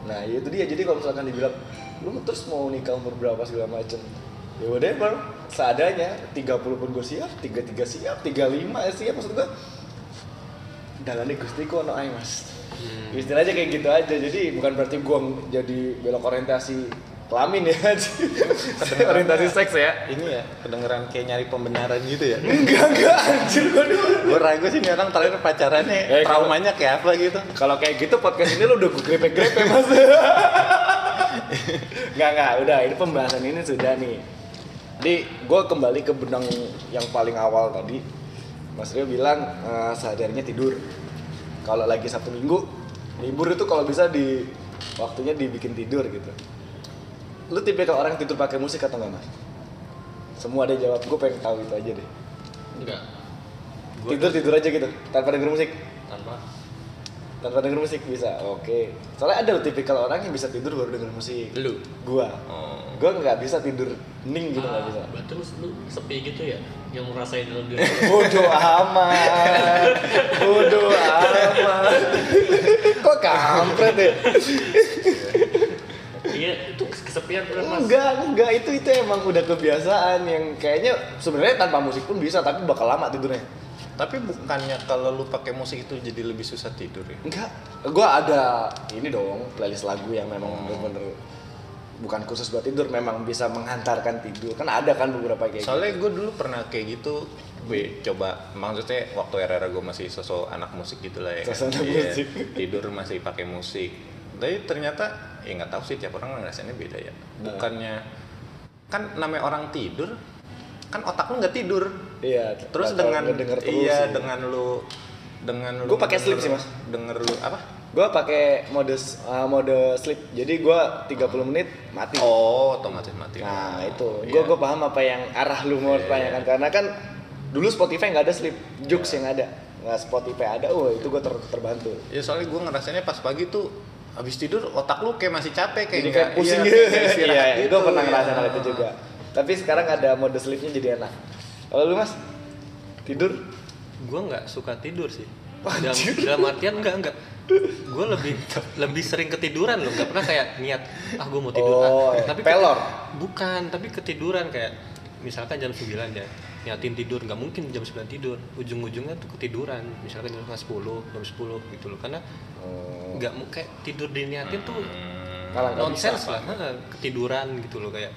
Speaker 3: nah ya itu dia jadi kalau misalkan dibilang lu terus mau nikah umur berapa segala macem ya whatever seadanya 30 pun gue siap 33 siap 35 ya siap maksud gue dalane gusti ku ono ae mas istilahnya kayak gitu aja jadi bukan berarti gue jadi belok orientasi kelamin ya orientasi seks ya
Speaker 5: Ini ya kedengeran kayak nyari pembenaran gitu ya.
Speaker 3: enggak enggak anjir gue dulu
Speaker 5: gue ragu sih nih orang Kan terakhir pacarannya
Speaker 3: Eh, kalau-
Speaker 5: traumanya kayak apa gitu
Speaker 3: kalau kayak gitu podcast ini lu udah gue grepe-grepe mas Nggak, nggak, udah ini pembahasan ini sudah nih Jadi gue kembali ke benang yang paling awal tadi Mas Rio bilang eh, sehariannya tidur Kalau lagi Sabtu Minggu Libur itu kalau bisa di waktunya dibikin tidur gitu Lu tipe orang yang tidur pakai musik atau enggak mas? Semua ada jawab, gue pengen tahu itu aja deh
Speaker 4: Enggak
Speaker 3: Tidur-tidur aja gitu, tanpa denger musik
Speaker 4: Tanpa
Speaker 3: tanpa denger musik bisa oke soalnya ada loh tipikal orang yang bisa tidur baru denger musik
Speaker 4: Lu?
Speaker 3: gua gua nggak bisa tidur hening gitu nggak
Speaker 4: Ah,
Speaker 3: bisa
Speaker 4: Berarti lu, lu sepi gitu ya? Yang ngerasain dalam diri
Speaker 3: bodoh amat bodoh amat kok kampret ya
Speaker 4: Iya itu kesepian kesepian bener mas
Speaker 3: Enggak, enggak itu itu emang udah kebiasaan yang kayaknya sebenarnya tanpa musik pun bisa tapi bakal lama tidurnya.
Speaker 5: Tapi bukannya kalau lu pakai musik itu jadi lebih susah tidur ya?
Speaker 3: Enggak, gua ada ini dong playlist lagu yang memang bener-bener bukan khusus buat tidur, memang bisa menghantarkan tidur. Kan ada kan beberapa kayak gitu.
Speaker 5: Soalnya gue dulu pernah kayak gitu, gue coba maksudnya waktu era-era gue masih sosok anak musik gitu lah ya.
Speaker 3: Sosok anak
Speaker 5: Iya,
Speaker 3: musik.
Speaker 5: Tidur masih pakai musik. Tapi ternyata ya nggak tahu sih tiap orang ngerasainnya beda ya.
Speaker 3: Nah.
Speaker 5: Bukannya kan namanya orang tidur, kan otak lu nggak tidur.
Speaker 3: Iya.
Speaker 5: Terus
Speaker 3: bakal
Speaker 5: dengan
Speaker 3: ngedenger terus
Speaker 5: iya
Speaker 3: sih.
Speaker 5: dengan lu dengan lu
Speaker 3: Gua pakai sleep
Speaker 5: denger-
Speaker 3: sih, Mas.
Speaker 5: Denger lu apa?
Speaker 3: Gua pakai mode s- uh, mode sleep. Jadi gua 30 menit mati.
Speaker 5: Oh, otomatis mati.
Speaker 3: Nah, itu.
Speaker 5: Iya.
Speaker 3: Gua gua paham apa yang arah lu mau tanyakan karena kan dulu Spotify nggak ada sleep, Joox yang ada. Nggak Spotify ada. Oh, itu gua ter- terbantu.
Speaker 5: Ya soalnya gue ngerasainnya pas pagi tuh habis tidur otak lu kayak masih capek kayak
Speaker 3: Jadi
Speaker 5: nggak-
Speaker 3: kayak pusing
Speaker 5: iya,
Speaker 3: gitu.
Speaker 5: kayak nggak istirahat
Speaker 3: Iya,
Speaker 5: gitu,
Speaker 3: gue pernah
Speaker 5: iya.
Speaker 3: ngerasain hal itu juga. Tapi sekarang ada mode sleepnya jadi enak. Kalau lu mas, tidur?
Speaker 6: gue nggak suka tidur sih dalam, dalam artian nggak nggak gue lebih lebih sering ketiduran loh nggak pernah kayak niat ah gue mau tidur
Speaker 3: Oh,
Speaker 6: ah.
Speaker 3: eh,
Speaker 6: tapi
Speaker 3: pelor.
Speaker 6: bukan tapi ketiduran kayak misalkan jam 9 ya niatin tidur nggak mungkin jam 9 tidur ujung-ujungnya tuh ketiduran misalkan jam 10 jam 10 gitu loh karena nggak mau kayak tidur diniatin tuh
Speaker 3: Kalau nggak bisa.
Speaker 6: nonsense lah Nah, ketiduran gitu loh kayak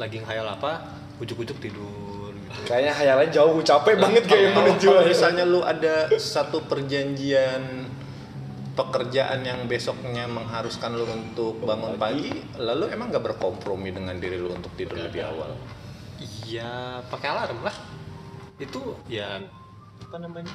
Speaker 6: lagi ngayal apa ujuk-ujuk tidur gitu
Speaker 3: Kayaknya hayalan jauh, capek banget kayak
Speaker 5: Kalau-
Speaker 3: menuju
Speaker 5: kalau
Speaker 3: hari.
Speaker 5: misalnya lu ada satu perjanjian pekerjaan yang besoknya mengharuskan lu untuk bangun pagi, lalu emang nggak berkompromi dengan diri lu untuk tidur lebih awal.
Speaker 6: Iya, pakai alarm lah. Itu ya apa namanya?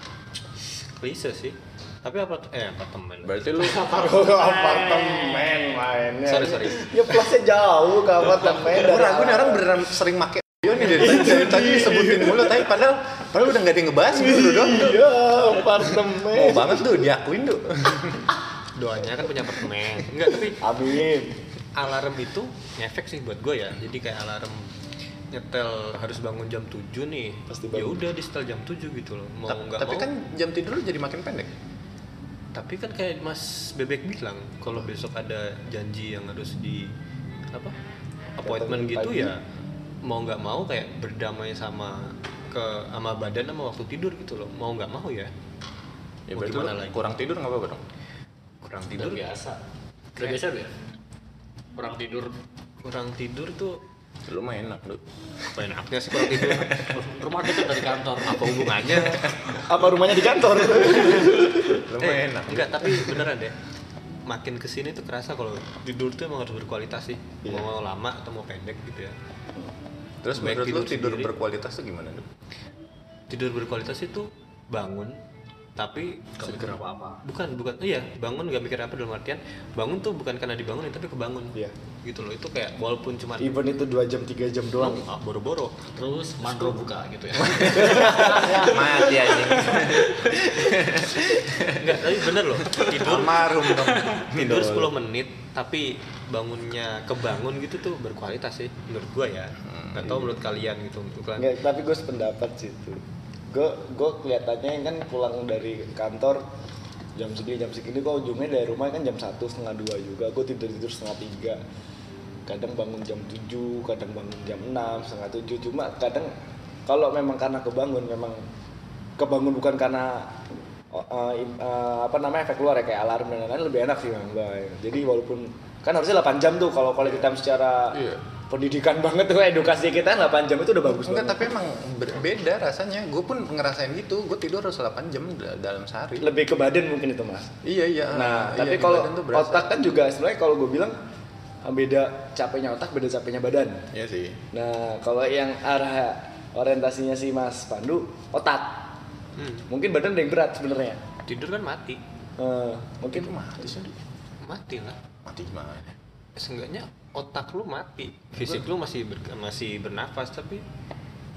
Speaker 6: Klise sih. Tapi apa eh apartemen.
Speaker 5: Berarti lu
Speaker 3: Ke apartemen mainnya.
Speaker 6: Sorry, sorry.
Speaker 3: Ya plusnya jauh ke apartemen.
Speaker 5: gue ragu nih orang beneran sering make audio nih dari tadi, dari tadi sebutin mulu tapi padahal padahal udah nggak ada yang ngebahas gitu doang tuh.
Speaker 3: Iya,
Speaker 5: Mau
Speaker 3: apartemen.
Speaker 5: banget tuh diakuin tuh.
Speaker 6: Doanya kan punya apartemen. Enggak, tapi
Speaker 3: Amin.
Speaker 6: alarm itu ngefek sih buat gue ya. Jadi kayak alarm nyetel harus bangun jam 7 nih.
Speaker 3: Pasti
Speaker 6: ya
Speaker 3: bangun.
Speaker 6: udah di setel jam 7 gitu loh. Mau
Speaker 5: Ta-
Speaker 6: nggak
Speaker 5: tapi
Speaker 6: mau.
Speaker 5: kan jam tidur lu jadi makin pendek.
Speaker 6: tapi kan kayak Mas Bebek bilang kalau besok ada janji yang harus di apa appointment
Speaker 3: Datang pagi.
Speaker 6: gitu ya mau nggak mau kayak berdamai sama ke sama badan sama waktu tidur gitu loh mau nggak mau ya
Speaker 5: Ya
Speaker 6: Mau
Speaker 5: berarti
Speaker 6: gimana
Speaker 5: lu
Speaker 6: lagi?
Speaker 5: kurang tidur nggak apa-apa dong.
Speaker 6: kurang
Speaker 4: udah
Speaker 6: tidur
Speaker 4: biasa udah biasa ya kurang tidur
Speaker 6: kurang tidur tuh
Speaker 5: Lu mah enak lu.
Speaker 6: apa enaknya sih kurang tidur
Speaker 4: rumah deket dari kantor
Speaker 6: apa hubungannya
Speaker 3: Apa rumahnya di kantor?
Speaker 5: Lu mah
Speaker 6: Eh,
Speaker 5: enak.
Speaker 6: enggak tapi beneran deh makin kesini tuh kerasa kalau tidur tuh emang harus berkualitas sih mau lama atau mau pendek gitu ya
Speaker 5: Terus
Speaker 6: Baik
Speaker 5: menurut lu
Speaker 6: tidur
Speaker 5: tidur
Speaker 6: sendiri.
Speaker 5: berkualitas tuh gimana lu?
Speaker 6: tidur berkualitas itu bangun tapi
Speaker 4: gak mikir apa-apa
Speaker 6: bukan bukan iya bangun nggak mikir apa dalam artian bangun tuh bukan karena dibangunin tapi kebangun
Speaker 3: Iya.
Speaker 6: gitu loh itu kayak walaupun cuma
Speaker 3: Even itu 2 jam, 3 jam doang.
Speaker 6: "Ah, boro-boro
Speaker 4: terus mandro buka gitu ya
Speaker 5: Mati anjing.
Speaker 6: enggak tapi bener loh tidur
Speaker 5: Almarhum dong.
Speaker 6: tidur 10 menit tapi bangunnya kebangun gitu tuh berkualitas sih menurut gua ya nggak tahu menurut kalian gitu untuk kalian
Speaker 3: Nggak, tapi gue sependapat sih itu. Gue gue kelihatannya kan pulang dari kantor jam segini jam segini gue ujungnya dari rumah kan jam satu setengah dua juga gue tidur tidur setengah tiga kadang bangun jam 7, kadang bangun jam 6, setengah 7 cuma kadang kalau memang karena kebangun memang kebangun bukan karena oh, eh, im- eh, apa namanya efek luar ya kayak alarm dan lain-lain lebih enak sih memang Bay. jadi walaupun kan harusnya 8 jam tuh kalau quality time secara
Speaker 5: Iya.
Speaker 3: pendidikan banget tuh edukasi kita 8 jam itu udah bagus
Speaker 5: Enggak,
Speaker 3: banget
Speaker 5: tapi emang berbeda rasanya. Gue pun ngerasain gitu. Gue tidur harus 8 jam da- dalam sehari.
Speaker 3: lebih ke badan mungkin itu mas
Speaker 5: Iya iya.
Speaker 3: nah
Speaker 5: Iya,
Speaker 3: tapi
Speaker 5: di
Speaker 3: kalau
Speaker 5: badan tuh berasa.
Speaker 3: otak kan juga sebenarnya kalau gue bilang ah, beda capeknya otak beda capeknya badan
Speaker 5: Iya sih.
Speaker 3: nah kalau yang arah orientasinya si mas Pandu otak
Speaker 6: Hmm,
Speaker 3: mungkin badan ada yang berat sebenarnya
Speaker 6: tidur kan mati
Speaker 3: Eh, mungkin
Speaker 5: Itu mati sih.
Speaker 6: mati lah
Speaker 5: Mati gimana?
Speaker 6: seenggaknya otak lu mati fisik lu masih ber- masih bernafas tapi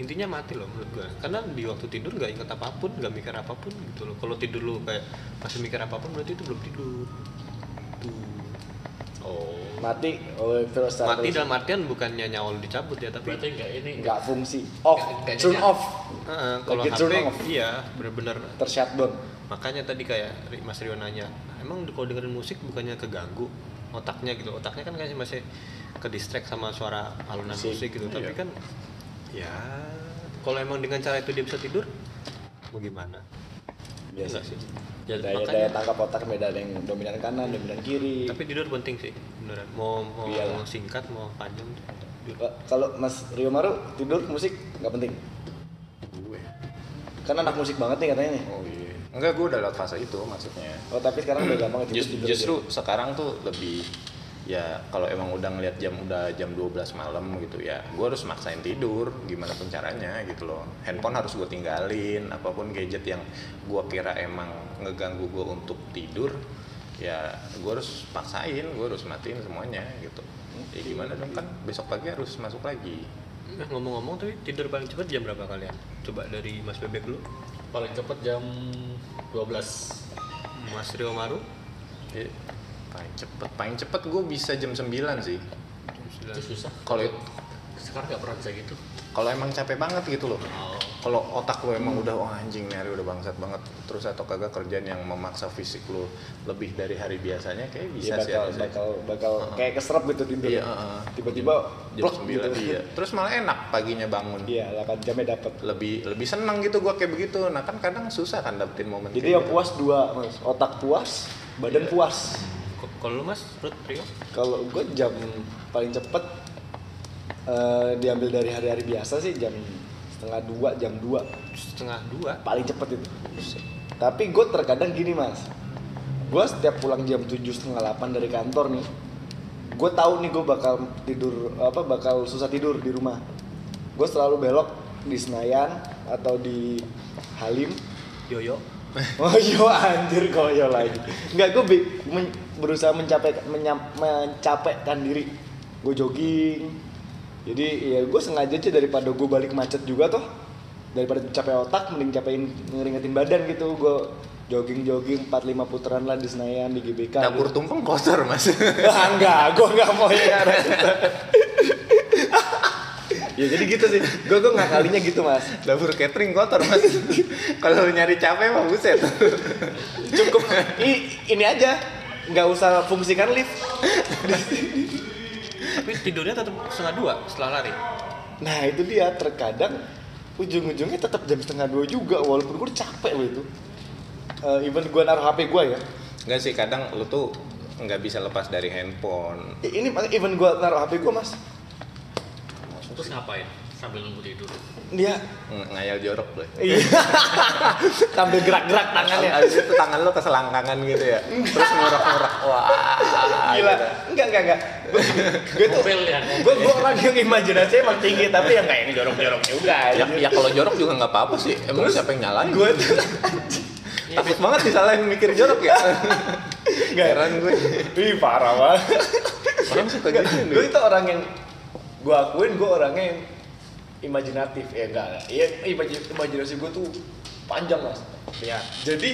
Speaker 6: intinya mati loh menurut gua karena di waktu tidur nggak ingat apapun nggak mikir apapun gitu loh kalau tidur lu kayak masih mikir apapun berarti itu belum tidur tuh
Speaker 5: Oh.
Speaker 3: mati oleh terus
Speaker 6: mati
Speaker 3: terus.
Speaker 6: dalam artian bukannya nyawa lu dicabut ya tapi
Speaker 4: berarti nggak ini
Speaker 3: nggak fungsi off
Speaker 4: Nggak- nggak
Speaker 3: turn
Speaker 4: jadi.
Speaker 3: off
Speaker 6: Heeh, eh, kalau
Speaker 3: Lagi
Speaker 6: HP
Speaker 3: turning off.
Speaker 6: iya bener-bener
Speaker 3: tershutdown
Speaker 6: makanya tadi kayak Ri- Mas Rio nanya emang kalau dengerin musik bukannya keganggu otaknya gitu otaknya kan kayak masih ke distract sama suara alunan musik, gitu tapi
Speaker 3: Iya.
Speaker 6: kan ya kalau emang dengan cara itu dia bisa tidur mau gimana
Speaker 3: biasa
Speaker 6: Enggak
Speaker 3: sih
Speaker 6: sih
Speaker 3: ya, daya,
Speaker 6: Ya, makanya.
Speaker 3: daya tangkap otak beda ada yang dominan kanan dominan kiri
Speaker 6: tapi tidur penting sih beneran mau mau
Speaker 3: Iyalah.
Speaker 6: singkat mau panjang
Speaker 3: Eh, kalau Mas Rio Maru tidur musik nggak penting
Speaker 5: Gue.
Speaker 3: kan anak musik banget nih katanya nih
Speaker 5: Oh iya. Enggak, gue udah lewat fase itu maksudnya.
Speaker 3: oh tapi sekarang udah gampang tidur
Speaker 5: Just-
Speaker 3: tidur
Speaker 5: justru sekarang tuh lebih ya kalau emang udah ngeliat jam udah jam 12 malam gitu ya gue harus maksain tidur gimana pun caranya gitu loh handphone harus gue tinggalin apapun gadget yang gue kira emang ngeganggu gue untuk tidur ya gue harus paksain gue harus matiin semuanya gitu ya gimana dong kan besok pagi harus masuk lagi
Speaker 6: nah ngomong-ngomong tapi tidur paling cepat jam berapa kalian coba dari Mas Bebek dulu
Speaker 4: paling cepat jam 12
Speaker 6: Mas Rio Maru
Speaker 5: Ya, paling cepet paling cepet gue bisa jam 9 sih
Speaker 4: itu susah
Speaker 5: kalau
Speaker 4: sekarang nggak pernah bisa gitu
Speaker 5: kalau emang capek banget gitu loh
Speaker 4: oh.
Speaker 5: kalau otak lo emang udah oh anjing nih hari udah bangsat banget terus atau kagak kerjaan yang memaksa fisik lo lebih dari hari biasanya
Speaker 3: Iya
Speaker 5: kayak bisa sih
Speaker 3: bakal,
Speaker 5: harusnya.
Speaker 3: bakal bakal kayak keserap gitu tidur.
Speaker 5: Iya, heeh.
Speaker 3: Tiba-tiba
Speaker 5: jam
Speaker 3: plek
Speaker 5: sembilan
Speaker 3: gitu.
Speaker 5: iya terus malah enak paginya bangun
Speaker 3: Iya, 8 jamnya dapat.
Speaker 5: lebih lebih seneng gitu gua kayak begitu nah kan kadang susah kan dapetin momen
Speaker 3: Jadi
Speaker 5: kayak
Speaker 3: yang
Speaker 5: gitu.
Speaker 3: puas dua, Mas. Otak puas,
Speaker 5: Iya.
Speaker 3: badan puas.
Speaker 6: Ko- kalau lu Mas Ruth Rio
Speaker 3: Kalau gue jam paling cepet eh, diambil dari hari-hari biasa sih jam setengah dua, jam dua
Speaker 6: setengah dua
Speaker 3: paling cepet itu. Tapi gue terkadang gini mas, gue setiap pulang jam tujuh setengah delapan dari kantor nih, gue tahu nih gue bakal tidur apa bakal susah tidur di rumah. Gue selalu belok di Senayan atau di Halim.
Speaker 6: Yoyo
Speaker 3: Oh yo anjir koyo lagi. Enggak gue berusaha mencapai menyam- mencapekkan diri. Gue jogging. Jadi ya gue sengaja aja daripada gue balik macet juga tuh. Daripada capek otak mending capein ngeringetin badan gitu. Gue jogging-jogging 4-5 putaran lah di Senayan di GBK. gitu.
Speaker 5: dapur tumpeng kotor mas
Speaker 3: Ah, enggak, gue enggak mau ya. ya jadi gitu sih. Gue gue ngakalinya gitu, Mas.
Speaker 5: dapur catering kotor mas kalau nyari capek mah buset
Speaker 3: cukup i- ini aja nggak usah fungsikan lift
Speaker 6: tapi tidurnya tetap setengah dua setelah lari
Speaker 3: nah itu dia terkadang ujung-ujungnya tetap jam setengah dua juga walaupun gue capek loh itu Eh, even gue naruh hp gue ya
Speaker 5: Enggak sih kadang lu tuh nggak bisa lepas dari handphone
Speaker 3: I- ini even gue naruh hp gue mas
Speaker 4: terus ngapain sambil nunggu tidur
Speaker 3: dia
Speaker 5: ng- ngayal jorok lo
Speaker 3: iya sambil gerak-gerak tangannya
Speaker 5: Abis itu tangan lo keselangkangan gitu ya terus ngorok-ngorok wah Ah, iya, gitu.
Speaker 3: gila enggak enggak enggak gue tuh
Speaker 4: Ngomel ya, ngomel.
Speaker 3: gue orang yang imajinasinya emang tinggi tapi yang kayak ini jorok-jorok juga
Speaker 5: ya, ya kalau jorok juga nggak apa-apa sih emang siapa yang nyalain
Speaker 3: gue tuh
Speaker 5: takut banget disalahin mikir jorok ya
Speaker 3: Nggak.
Speaker 5: heran gue
Speaker 3: ih parah banget
Speaker 5: orang suka gitu
Speaker 3: gue
Speaker 5: Nduk.
Speaker 3: itu orang yang gue akuin gue orangnya yang imajinatif ya enggak enggak. ya imaji- imajinasi gue tuh panjang mas
Speaker 6: ya
Speaker 3: jadi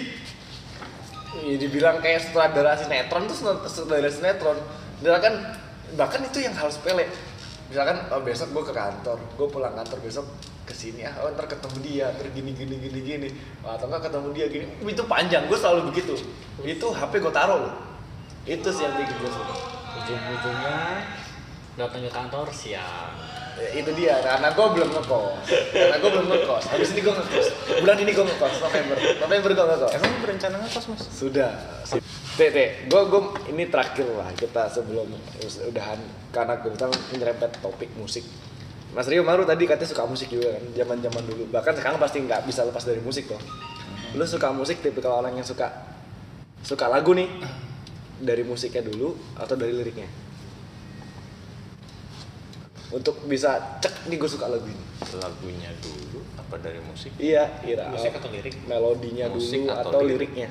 Speaker 3: ya dibilang kayak sutradara sinetron tuh sutradara- sutradara sinetron misalkan bahkan itu yang hal sepele misalkan oh, besok gue ke kantor gue pulang kantor besok ke sini ah oh, ntar ketemu dia ntar gini gini gini gini Oh, atau enggak ketemu dia gini itu panjang gue selalu begitu itu HP gue taruh loh. itu sih yang bikin gue suka
Speaker 4: ujung-ujungnya datang ke kantor siang
Speaker 3: Ya, itu dia karena gue belum ngekos karena gue belum ngekos habis ini gue ngekos bulan ini gue ngekos November November gue ngekos
Speaker 5: emang berencana ngekos mas
Speaker 3: sudah sip. teh teh gue gue ini terakhir lah kita sebelum udahan karena gue menyerempet topik musik Mas Rio Maru tadi katanya suka musik juga kan zaman zaman dulu bahkan sekarang pasti nggak bisa lepas dari musik dong
Speaker 5: Hmm.
Speaker 3: lu suka musik tipikal orang yang suka suka lagu nih
Speaker 5: Hmm.
Speaker 3: dari musiknya dulu atau dari liriknya untuk bisa cek nih gue suka lagu ini
Speaker 5: lagunya dulu apa dari musik
Speaker 3: Iya, iya.
Speaker 6: Musik atau lirik?
Speaker 3: Melodinya
Speaker 5: Musik
Speaker 3: dulu atau,
Speaker 5: atau lirik? Hmm.
Speaker 3: liriknya.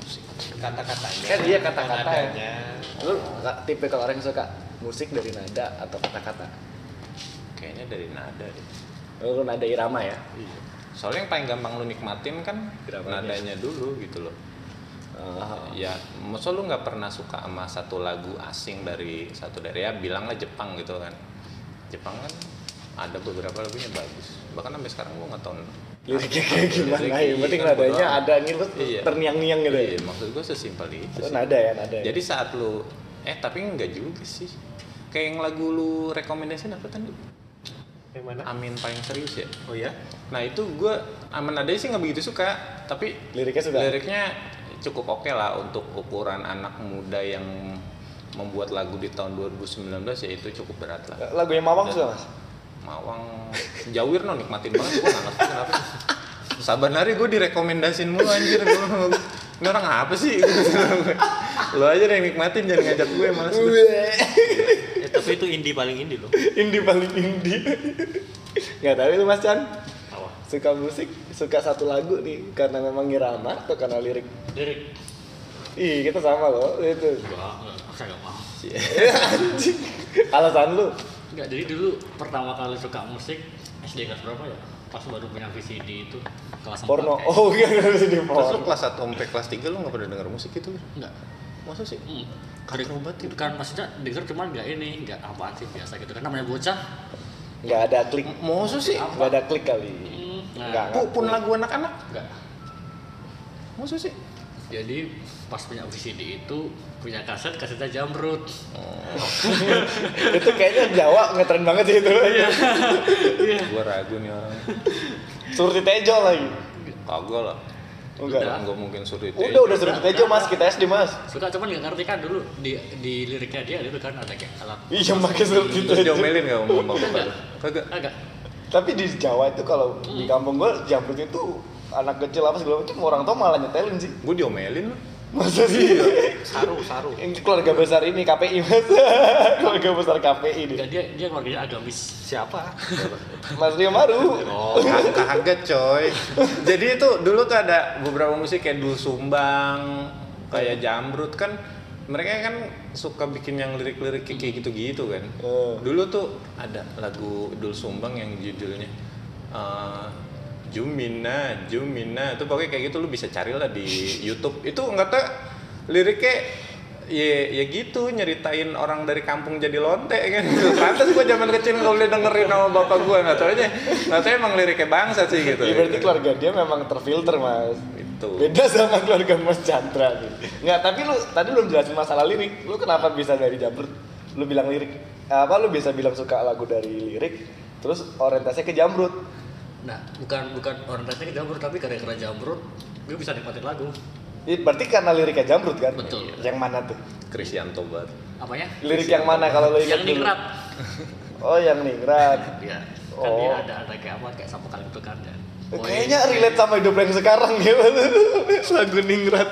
Speaker 5: musik
Speaker 6: kata-katanya
Speaker 3: Kan iya kata-kata.
Speaker 6: nadanya.
Speaker 3: Lu ka- tipikal orang yang suka musik dari nada atau kata-kata.
Speaker 5: kayaknya dari nada deh
Speaker 3: Lu nada irama ya.
Speaker 5: soalnya yang paling gampang lu nikmatin kan
Speaker 3: Gerakannya.
Speaker 5: nadanya dulu gitu loh ya masa lu nggak pernah suka sama satu lagu asing dari satu dari ya bilanglah Jepang gitu kan Jepang kan ada beberapa lagunya bagus bahkan sampai sekarang gua nggak tahu
Speaker 3: liriknya Iya, kayak gimana ya yang penting
Speaker 5: Iya,
Speaker 3: nadanya
Speaker 5: bodo amat.
Speaker 3: ada ngilus
Speaker 5: Iya.
Speaker 3: terniang-niang gitu ya
Speaker 5: Iya, maksud gue sesimpel itu
Speaker 3: Oh,
Speaker 5: sih.
Speaker 3: nada ya nada ya.
Speaker 5: Jadi saat lu eh tapi enggak juga sih. Kayak yang lagu lu rekomendasi apa tadi?
Speaker 6: Yang mana?
Speaker 5: Amin paling serius ya.
Speaker 6: Oh
Speaker 3: iya?
Speaker 6: ya?
Speaker 5: Nah itu gue aman nadanya sih nggak begitu suka, tapi
Speaker 3: Liriknya suka?
Speaker 5: Liriknya cukup oke lah untuk ukuran anak muda yang membuat lagu di tahun 2019 ya itu cukup berat lah.
Speaker 3: lagunya Mawang suka mas
Speaker 5: Mawang Jawir no nikmatin banget gue nggak ngerti kenapa. Saban hari gue direkomendasin mulu anjir gue. Ini orang apa sih? Lo aja deh yang nikmatin jangan ngajak gue malas gue.
Speaker 3: Iya.
Speaker 6: Eh, tapi itu indie paling indie loh.
Speaker 3: indie paling indie nggak tahu itu mas Chan
Speaker 4: Apa?
Speaker 3: suka musik suka satu lagu nih karena memang irama atau karena lirik
Speaker 4: Lirik.
Speaker 3: ih kita sama loh itu
Speaker 4: Gua nggak- saya nggak paham.
Speaker 3: anjing alasan lu
Speaker 4: Enggak, jadi dulu pertama kali suka musik SD kelas berapa ya? Pas baru punya VCD itu kelas
Speaker 3: porno
Speaker 4: empat,
Speaker 3: oh iya harus di
Speaker 5: Terus lu
Speaker 3: porno
Speaker 5: kelas 1 sampai kelas 3 lu nggak pernah denger musik itu?
Speaker 4: eh. Enggak.
Speaker 5: Masa sih?
Speaker 4: Hmm.
Speaker 5: Katro banget
Speaker 4: Itu kan maksudnya denger cuman enggak ini, enggak apaan sih biasa gitu kan namanya bocah.
Speaker 3: nggak ada klik
Speaker 5: Masa sih?
Speaker 3: nggak ada klik kali
Speaker 4: Hmm,
Speaker 3: nggak
Speaker 4: Nah,
Speaker 5: Pu- pun lagu anak-anak.
Speaker 4: enggak.
Speaker 5: Masa sih?
Speaker 4: Jadi pas punya VCD itu punya kaset, kasetnya jamrut.
Speaker 3: itu kayaknya Jawa ngetren banget sih itu
Speaker 5: Gua ragu nih orang.
Speaker 3: Surti Tejo lagi
Speaker 5: Kagak lah.
Speaker 3: Oh, enggak.
Speaker 5: Udah, Gua mungkin suruh itu.
Speaker 3: udah udah Surti Tejo mas kita SD mas
Speaker 4: Suka cuman nggak ngerti kan dulu di di liriknya dia itu kan ada kayak alat.
Speaker 3: iya pakai Surti
Speaker 5: Terus
Speaker 3: Tejo
Speaker 5: diomelin enggak sama bapak bapak lu? Kagak.
Speaker 4: Agak.
Speaker 3: tapi di Jawa itu kalau di
Speaker 5: Hmm.
Speaker 3: kampung gua jamrut itu anak kecil apa segala macam orang tua malah nyetelin sih
Speaker 5: Gua diomelin lu.
Speaker 3: masa sih
Speaker 5: Iya.
Speaker 6: Saru, saru.
Speaker 3: yang keluarga besar ini KPI mas keluarga besar KPI nih
Speaker 4: Enggak dia dia keluarganya agamis.
Speaker 6: Siapa?
Speaker 3: Mas Rio Maru
Speaker 5: Oh, kagak coy. Jadi itu dulu tuh ada beberapa musik kayak Dul Sumbang, kayak Jamrut kan mereka kan suka bikin yang lirik-lirik kayak gitu-gitu kan.
Speaker 3: Eh.
Speaker 5: Dulu tuh ada lagu Dul Sumbang yang judulnya eh, Jumina, Jumina itu pokoknya kayak gitu lu bisa carilah di YouTube. Itu enggak tahu liriknya ya ya gitu nyeritain orang dari kampung jadi lonte kan pantas gua zaman kecil nggak boleh dengerin sama bapak gua nggak taunya nggak tau emang liriknya bangsa sih
Speaker 4: Iya,
Speaker 5: gitu
Speaker 3: Ya, berarti keluarga dia memang terfilter mas
Speaker 5: Itu.
Speaker 3: beda sama keluarga Mas Chandra nih nggak tapi lu tadi belum jelasin masalah lirik lu kenapa bisa dari jamrut lu bilang lirik apa lu bisa bilang suka lagu dari lirik terus orientasinya ke jamrut
Speaker 4: Nah, bukan bukan orientasinya ke jamrut tapi gara-gara jamrut gue bisa nikmatin lagu.
Speaker 3: Ih, berarti karena liriknya jamrut kan
Speaker 4: Betul.
Speaker 3: yang mana tuh
Speaker 5: Christian Tobar
Speaker 4: Apanya?
Speaker 3: lirik yang mana kalau lu ingat
Speaker 4: Yang
Speaker 3: dulu
Speaker 4: ningrat.
Speaker 3: oh yang ningrat
Speaker 4: Iya. Kan dia
Speaker 3: Oh. Eh,
Speaker 4: ada ada kayak apa kayak sapu kali itu kan dan.
Speaker 3: Kayaknya relate sama hidup yang sekarang ya Lagu Ningrat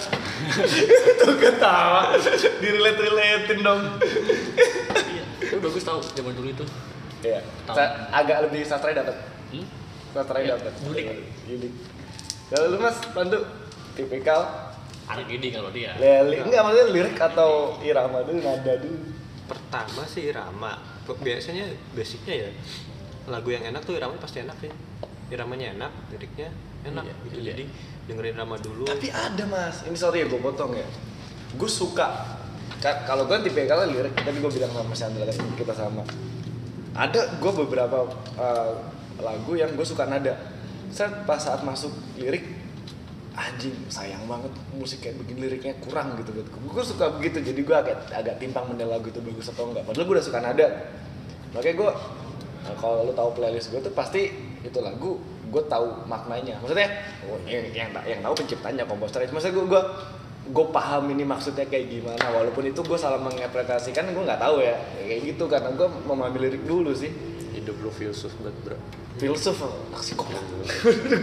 Speaker 3: Itu ketawa Direlate-relatein dong
Speaker 4: Iya. Itu bagus tau zaman dulu itu.
Speaker 3: Iya sa- Agak lebih sastra dapet
Speaker 4: Hmm?
Speaker 3: Sastra
Speaker 4: Iya,
Speaker 3: dapet
Speaker 4: unik.
Speaker 3: Unik Kalau lu mas, Pandu Tipikal
Speaker 4: Anak ini kalau dia.
Speaker 3: Leli Enggak maksudnya lirik atau irama dulu Nada dulu
Speaker 6: Pertama sih irama. Be- Biasanya basicnya ya lagu yang enak tuh irama pasti enak sih. Iramanya enak, liriknya enak
Speaker 5: Iya,
Speaker 6: gitu.
Speaker 5: iya.
Speaker 6: Jadi dengerin irama dulu.
Speaker 3: Tapi ada mas Ini sorry ya gue potong ya Gue suka Ka- Kalau gue tipikalnya lirik Tadi gue bilang sama Chandra tadi Kita sama ada gue beberapa uh, lagu yang gue suka nada set pas saat masuk lirik anjing sayang banget musik kayak begini liriknya kurang gitu buat gue gue suka begitu jadi gue agak agak timpang menilai lagu itu bagus atau enggak padahal gue udah suka nada makanya gue nah, kalau lu tahu playlist gue tuh pasti itu lagu gue tahu maknanya maksudnya oh, ini yang yang, yang tahu penciptanya komposernya maksudnya gue gue gue paham ini maksudnya kayak gimana walaupun itu gue salah menginterpretasikan gue nggak tahu ya kayak gitu karena gue memahami lirik dulu sih
Speaker 5: hidup lu filsuf banget bro
Speaker 3: filsuf aksi kolam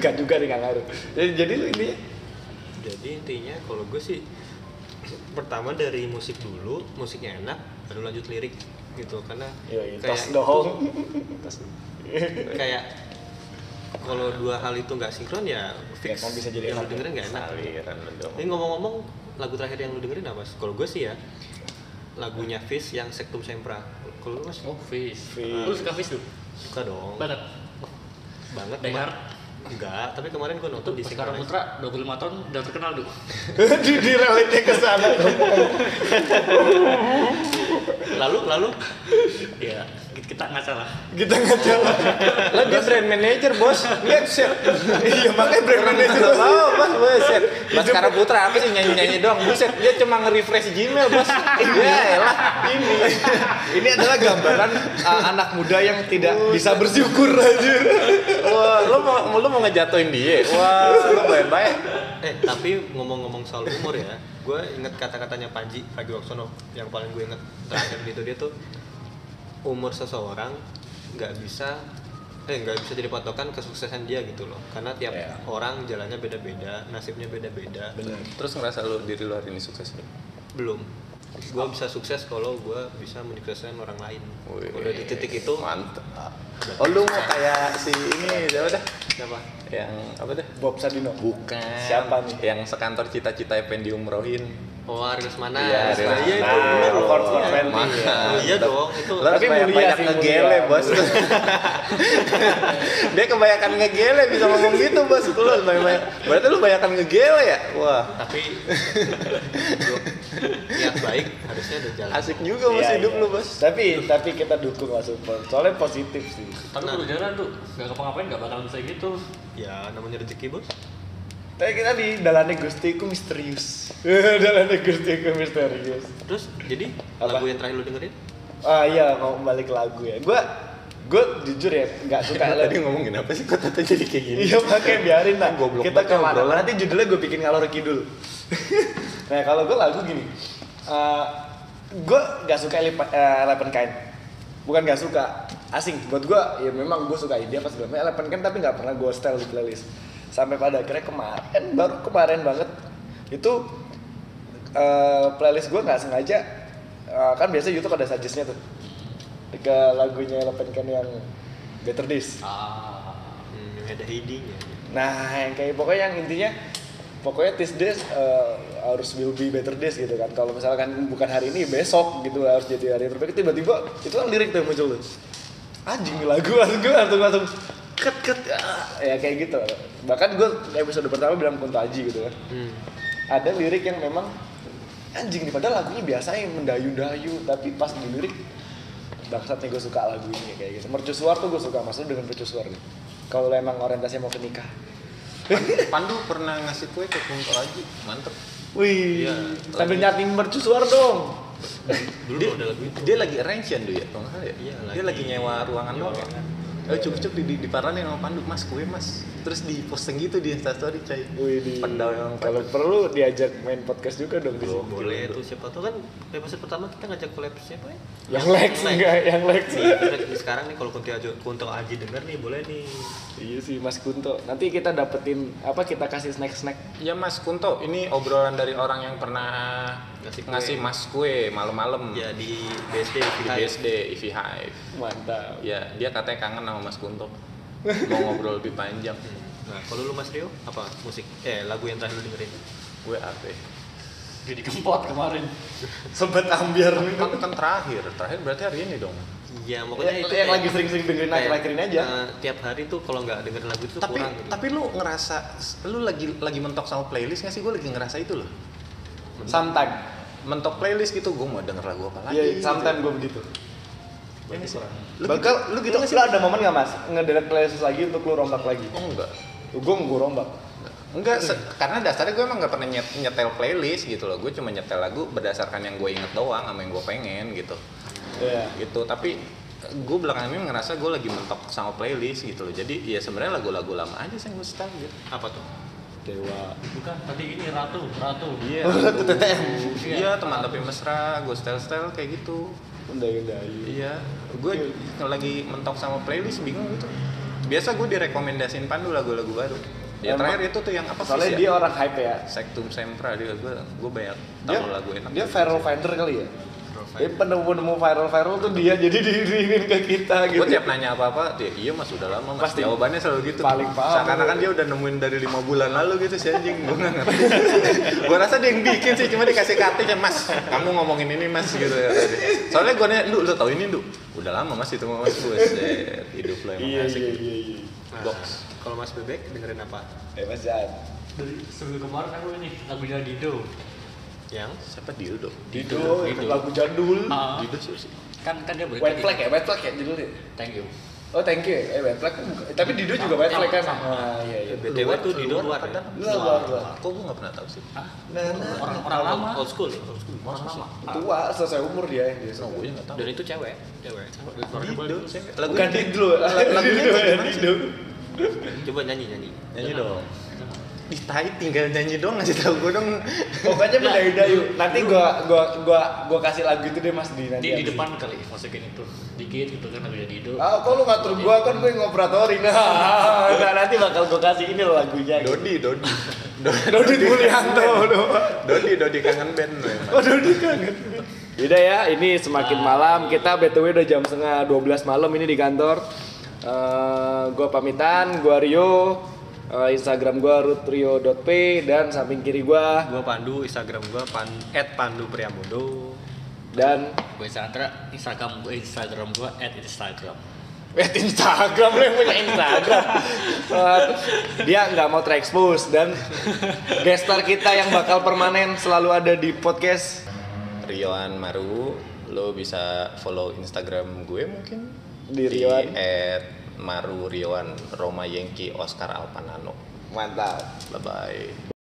Speaker 3: gak juga nih nggak ngaruh jadi jadi lu ini
Speaker 6: Jadi intinya kalau gue sih pertama dari musik dulu, musiknya enak, baru lanjut lirik gitu karena
Speaker 3: tos
Speaker 5: Iya,
Speaker 6: kayak
Speaker 3: ya, dohong
Speaker 6: kayak kalau dua hal itu nggak sinkron ya fix
Speaker 3: kan bisa jadi
Speaker 6: yang lu
Speaker 3: enak.
Speaker 6: dengerin nggak enak
Speaker 5: aliran lu dong
Speaker 6: Ini ngomong-ngomong lagu terakhir yang lu dengerin apa? Kalau gue sih ya lagunya Fish yang Sektum Sempra. Kalau lu mas
Speaker 4: Oh, fish.
Speaker 3: Fish.
Speaker 4: Lu suka fish tuh?
Speaker 6: suka dong.
Speaker 4: Banget.
Speaker 6: Banget
Speaker 4: Die
Speaker 6: Mar.
Speaker 4: Hard.
Speaker 6: Enggak, tapi kemarin gue nonton
Speaker 4: Tuh,
Speaker 6: di
Speaker 4: Baskara
Speaker 6: Sektum.
Speaker 4: Putra 25 tahun udah terkenal tuh.
Speaker 3: di di relate ke sana
Speaker 6: Lalu lalu
Speaker 4: Iya. kita nggak salah
Speaker 3: Kita nggak jalan. Lah dia brand manager bos. Iya set. Iya makanya brand manager bos. Oh bos buset.
Speaker 5: Baskara Putra apa sih nyanyi-nyanyi doang? Buset, dia cuma nge-refresh Gmail, Bos. Ya elah.
Speaker 3: Ini ini adalah gambaran uh, anak muda yang tidak bisa bersyukur aja.
Speaker 5: Wah, lu mau lu mau ngejatuhin dia. Wah, lu baik-baik.
Speaker 6: Eh, tapi ngomong-ngomong soal umur ya, gue inget kata-katanya Panji Pragiwaksono yang paling gue inget terakhir itu dia tuh umur seseorang nggak bisa eh nggak bisa jadi patokan kesuksesan dia gitu loh karena tiap
Speaker 5: Iya.
Speaker 6: orang jalannya beda-beda nasibnya beda-beda
Speaker 5: Terus ngerasa lu diri lu hari ini sukses belum?
Speaker 6: belum gue bisa sukses kalau gue bisa menyukseskan orang lain udah di titik itu
Speaker 5: mantep. Oh, lu mau kayak si ini siapa dah?
Speaker 6: siapa
Speaker 5: Yang apa dah?
Speaker 3: Bob Sadino.
Speaker 5: Bukan.
Speaker 3: Siapa nih?
Speaker 5: Yang sekantor cita-cita pengen diumrohin.
Speaker 6: oh Arius mana
Speaker 5: Iya, Arius
Speaker 6: iya itu
Speaker 5: Manan.
Speaker 6: bener loh.
Speaker 3: Ford Ford
Speaker 6: Iya.
Speaker 3: Fenty.
Speaker 6: Oh, iya dong itu
Speaker 5: Lo harus
Speaker 3: Tapi mulia
Speaker 5: banyak-banyak
Speaker 3: sih, mulia.
Speaker 5: ngegele, bos. Dia kebanyakan ngegele bisa ngomong gitu, bos. Lu harus banyak-banyak. Berarti lu banyakan ngegele ya? Wah,
Speaker 6: tapi niat baik harusnya udah jalan
Speaker 5: asik juga bos
Speaker 3: Iya,
Speaker 5: hidup
Speaker 3: iya.
Speaker 5: lu, bos.
Speaker 3: Tapi tapi kita dukung lah support. Soalnya positif sih.
Speaker 4: tapi
Speaker 6: Nah.
Speaker 4: kalau jalan tuh nggak ngapa-ngapain nggak bakal bisa gitu
Speaker 6: ya namanya rezeki bos
Speaker 3: Tapi kita di dalane Gusti ku misterius. dalane Gusti ku misterius.
Speaker 6: terus jadi
Speaker 3: Apa?
Speaker 6: lagu yang terakhir lu dengerin
Speaker 3: Ah iya mau balik ke lagu ya. Gua gua jujur ya nggak suka
Speaker 5: Kayak tadi
Speaker 3: lagu.
Speaker 5: ngomongin apa sih? Kok tata jadi kayak gitu? gini?
Speaker 3: Iya pakai biarin lah.
Speaker 5: Kan Goblok
Speaker 3: Kita
Speaker 5: banget
Speaker 3: ke mana?
Speaker 5: obrolan.
Speaker 3: Nanti judulnya gue bikin ngalor kidul. nah kalau gue lagu gini, Eh gue gak suka Eleven Eleven Kind. Bukan gak suka, asing. Buat gue ya memang gue suka India pas sebelumnya Eleven Kind tapi gak pernah gue setel di playlist. Sampai pada akhirnya kemarin, baru kemarin banget itu eh playlist gue nggak sengaja eh, kan biasa YouTube ada suggestnya tuh ke lagunya Eleven Kind yang Better Days.
Speaker 4: ah
Speaker 6: hmm, yang ada hidingnya
Speaker 3: Nah, yang kayak pokoknya yang intinya pokoknya this days uh, harus will be better days gitu kan. Kalau misalkan bukan hari ini besok gitu harus jadi hari yang terbaik. Tiba-tiba itu kan lirik tuh yang muncul tuh. Anjing nih lagu langsung gue langsung langsung ket ket ah, ya kayak gitu. Bahkan gue episode pertama bilang Kunto Aji gitu kan.
Speaker 6: hmm.
Speaker 3: Ada lirik yang memang anjing nih padahal lagunya biasanya mendayu-dayu tapi pas di lirik bangsatnya gue suka lagu ini kayak gitu. Mercusuar tuh gue suka maksudnya dengan mercusuar gitu. Kalau lo emang orientasinya mau ke nikah.
Speaker 5: Pandu pernah ngasih kue ke Kunto lagi. Mantep.
Speaker 3: Wih,
Speaker 5: Iya,
Speaker 3: sambil nyating mercusuar dong.
Speaker 6: dulu
Speaker 5: Dia,
Speaker 6: ada lagu itu
Speaker 5: dia lagi arrangean tuh ya, kalau nggak salah ya?
Speaker 6: Iya,
Speaker 5: dia lagi
Speaker 6: lagi
Speaker 5: nyewa ruangan
Speaker 6: nyewa
Speaker 5: doang ya?
Speaker 6: ruangan.
Speaker 5: Oh cukup-cukup di, di, diparanin sama Pandu, mas kue mas Terus di posting gitu di instastory coy
Speaker 3: Wih, di-
Speaker 5: Pendau emang
Speaker 3: kalau perlu diajak main podcast juga dong di sini.
Speaker 6: boleh tuh siapa tuh kan episode pertama kita ngajak collab siapa ya
Speaker 3: Yang Lex enggak, yang Lex.
Speaker 6: Nih,
Speaker 5: Iya.
Speaker 6: kita- nih, sekarang nih kalau Kunto Aji, Kunto Aji denger nih boleh nih
Speaker 3: iya sih Mas Kunto. Nanti kita dapetin apa kita kasih snack-snack.
Speaker 5: Ya Mas Kunto, ini obrolan dari orang yang pernah
Speaker 6: Ngasih
Speaker 5: ngasih,
Speaker 6: kue.
Speaker 5: mas kue malam-malam
Speaker 6: ya di BSD
Speaker 5: di BSD IV Hive.
Speaker 3: Mantap.
Speaker 5: Ya, dia katanya kangen sama Mas Kunto. Mau ngobrol lebih panjang.
Speaker 6: nah kalau lu Mas Rio apa musik eh lagu yang terakhir lu dengerin
Speaker 5: Gue apa? ya?
Speaker 4: jadi kempot kemarin
Speaker 3: Sobat ambiar nih.
Speaker 5: Kan, kan terakhir, terakhir berarti hari ini dong.
Speaker 6: Iya, pokoknya
Speaker 3: Ya,
Speaker 6: itu
Speaker 3: yang
Speaker 6: kayak-
Speaker 3: lagi sering-sering dengerin
Speaker 5: Iya.
Speaker 6: kayak,
Speaker 3: akhir-akhirin aja.
Speaker 5: Nah,
Speaker 6: eh, tiap hari tuh kalau nggak dengerin lagu itu
Speaker 5: Tapi
Speaker 6: kurang. gitu.
Speaker 5: tapi lu ngerasa lu lagi lagi mentok sama playlist nggak sih? Gue lagi ngerasa itu loh.
Speaker 3: Sometime.
Speaker 5: Mentok playlist gitu, gue mau denger lagu apa lagi?
Speaker 3: Iya, sometime gue begitu.
Speaker 5: Iya nggak sih? Lu Iya
Speaker 3: Lu Bakal lu gitu nggak sih? Lu ada momen nggak Mas? Ngedelete playlist lagi untuk lu rombak lagi.
Speaker 5: Oh enggak.
Speaker 3: Gue gue rombak.
Speaker 5: Enggak, se- karena dasarnya gue emang gak pernah nyet- nyetel playlist gitu loh Gue cuma nyetel lagu berdasarkan yang gue inget doang sama yang gue pengen gitu
Speaker 3: Iya.
Speaker 5: gitu Tapi eh, gue belakangan ini ngerasa gue lagi mentok sama playlist gitu loh Jadi ya sebenarnya lagu-lagu lama aja sih yang gue setel gitu
Speaker 6: apa tuh?
Speaker 3: Dewa.
Speaker 4: bukan tadi ini ratu ratu
Speaker 5: Iya, lagu- Iya, teman tapi mesra, gue setel-setel kayak gitu
Speaker 3: Undayu-undayu.
Speaker 5: Iya, gue lagi mentok sama playlist bingung gitu Biasa gue direkomendasiin Pandu lagu-lagu baru Ya
Speaker 3: Emang-
Speaker 5: terakhir itu tuh yang apa sih
Speaker 3: Soalnya dia orang hype ya.
Speaker 5: Sektum Sempra dia gue gue banyak
Speaker 3: dia,
Speaker 5: tahu lagu enak.
Speaker 3: dia viral finder kali ya dia penemu penemu viral viral tuh dia jadi diirimin ke kita gitu
Speaker 5: Gue tiap nanya apa-apa, dia iya mas udah lama mas.
Speaker 3: Pasti.
Speaker 5: Jawabannya selalu gitu.
Speaker 3: Paling paham.
Speaker 5: Seakan-akan dia udah nemuin dari lima bulan lalu gitu si anjing. Gue nggak ngerti. gue rasa dia yang bikin sih, cuma dikasih kartu ya mas. Kamu ngomongin ini mas gitu ya. tadi. Soalnya gue nanya, lu lu tau ini du? Udah lama mas itu mas gue. Hidup lo emang
Speaker 3: iya
Speaker 5: asik.
Speaker 3: iya iya iya
Speaker 6: Nah,
Speaker 5: Box.
Speaker 6: Kalau Mas Bebek dengerin apa?
Speaker 3: eh mas Jan
Speaker 4: dari sebelum kemarin aku ini lagunya Dido
Speaker 6: Yang
Speaker 3: iya.
Speaker 5: Siapa Dildo?
Speaker 3: Dido, lagu jadul
Speaker 4: Ah.
Speaker 5: Dildo siapa sih?
Speaker 4: kan kan dia berita
Speaker 3: White flag ya, white flag ya judulnya.
Speaker 4: thank you
Speaker 3: Oh thank you ya, eh white flag. Eh, Tapi Dido juga white flag kan. Ah iya iya.
Speaker 6: BTW
Speaker 5: Luar
Speaker 6: tuh di
Speaker 5: luar
Speaker 6: luar
Speaker 5: apa
Speaker 6: ya?
Speaker 5: dalam?
Speaker 3: Luar luar luar.
Speaker 5: Kok gue nggak pernah tahu sih?
Speaker 3: Nah, nah.
Speaker 4: orang orang lama
Speaker 6: Old school, old school.
Speaker 4: orang lama
Speaker 3: Tua selesai umur dia yang dia.
Speaker 5: Oh, gue nggak tahu.
Speaker 4: dan itu cewek cewek
Speaker 5: Dido, lagu
Speaker 3: Bukan Dido, lagunya bukan Dido.
Speaker 6: Coba nyanyi nyanyi.
Speaker 5: nyanyi dong. Ih, tai tinggal nyanyi dong ngasih tahu gue dong.
Speaker 3: Pokoknya beda beda yuk. Nanti gua gua gua gua kasih lagu itu deh Mas di nanti.
Speaker 4: di, di
Speaker 3: abis ini.
Speaker 4: depan kali masukin itu dikit gitu kan ada Dido
Speaker 3: Ah, kok lu ngatur gua kan gua yang ngoperatorin. Nah, nah, nanti bakal gua kasih ini loh lagunya. gitu.
Speaker 5: Dodi, Dodi. Dodi,
Speaker 3: Dodi Mulyanto.
Speaker 5: Dodi, Dodi kangen band. lu emang.
Speaker 3: Waduh, dia Oh, kangen. Yaudah ya, ini semakin malam. Kita BTW udah jam setengah 12 malam ini di kantor. Eh, gua pamitan, gua Rio. Eh, Instagram gua rutrio.p dan samping kiri gua
Speaker 6: Gua Pandu, Instagram gua pan @pandupriambodo.
Speaker 3: dan
Speaker 4: gue Sandra Instagram gue Instagram gue at Instagram
Speaker 3: Wait, Instagram lu yang punya Instagram. Eh, dia nggak mau terekspos dan gestar kita yang bakal permanen selalu ada di podcast.
Speaker 5: Rioan Maru, lo bisa follow Instagram gue mungkin
Speaker 3: Di Rioan.
Speaker 5: at Maru Rioan Roma Yengki Oscar Alpanano.
Speaker 3: Mantap.
Speaker 5: Bye bye.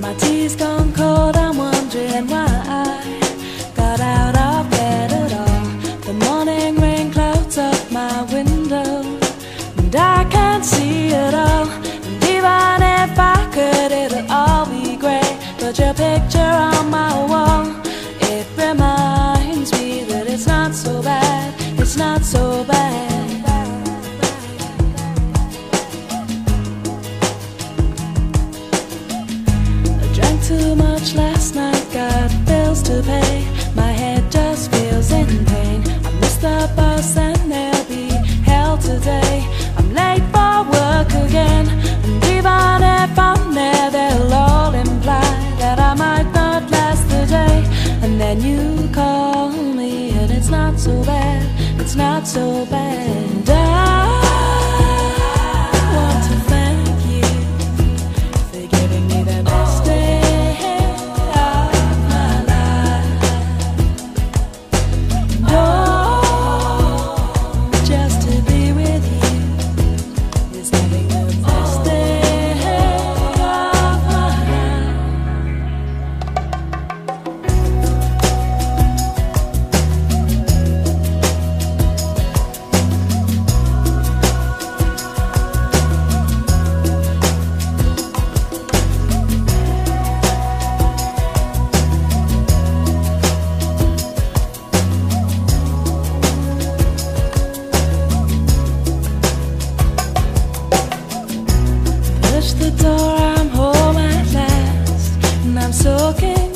Speaker 7: My tea's gone cold, I'm wondering why I got out of bed at all. The morning rain clouds up my window, and I can't see it all. And even if I could, it'll all be grey. But your picture on my wall, it reminds me that it's not so bad, it's not so bad. I drank too much last night, got bills to pay. My head just feels in pain. I missed the bus and there'll be hell today. I'm late for work again. And even if I'm there, they'll all imply that I might not last the day. And then you call me, and it's not so bad, it's not so bad. And I want to thank you for giving me the best day of my life. No, Oh, just to be with you is having the best day of my life. Push the door, I'm home at last, and I'm soaking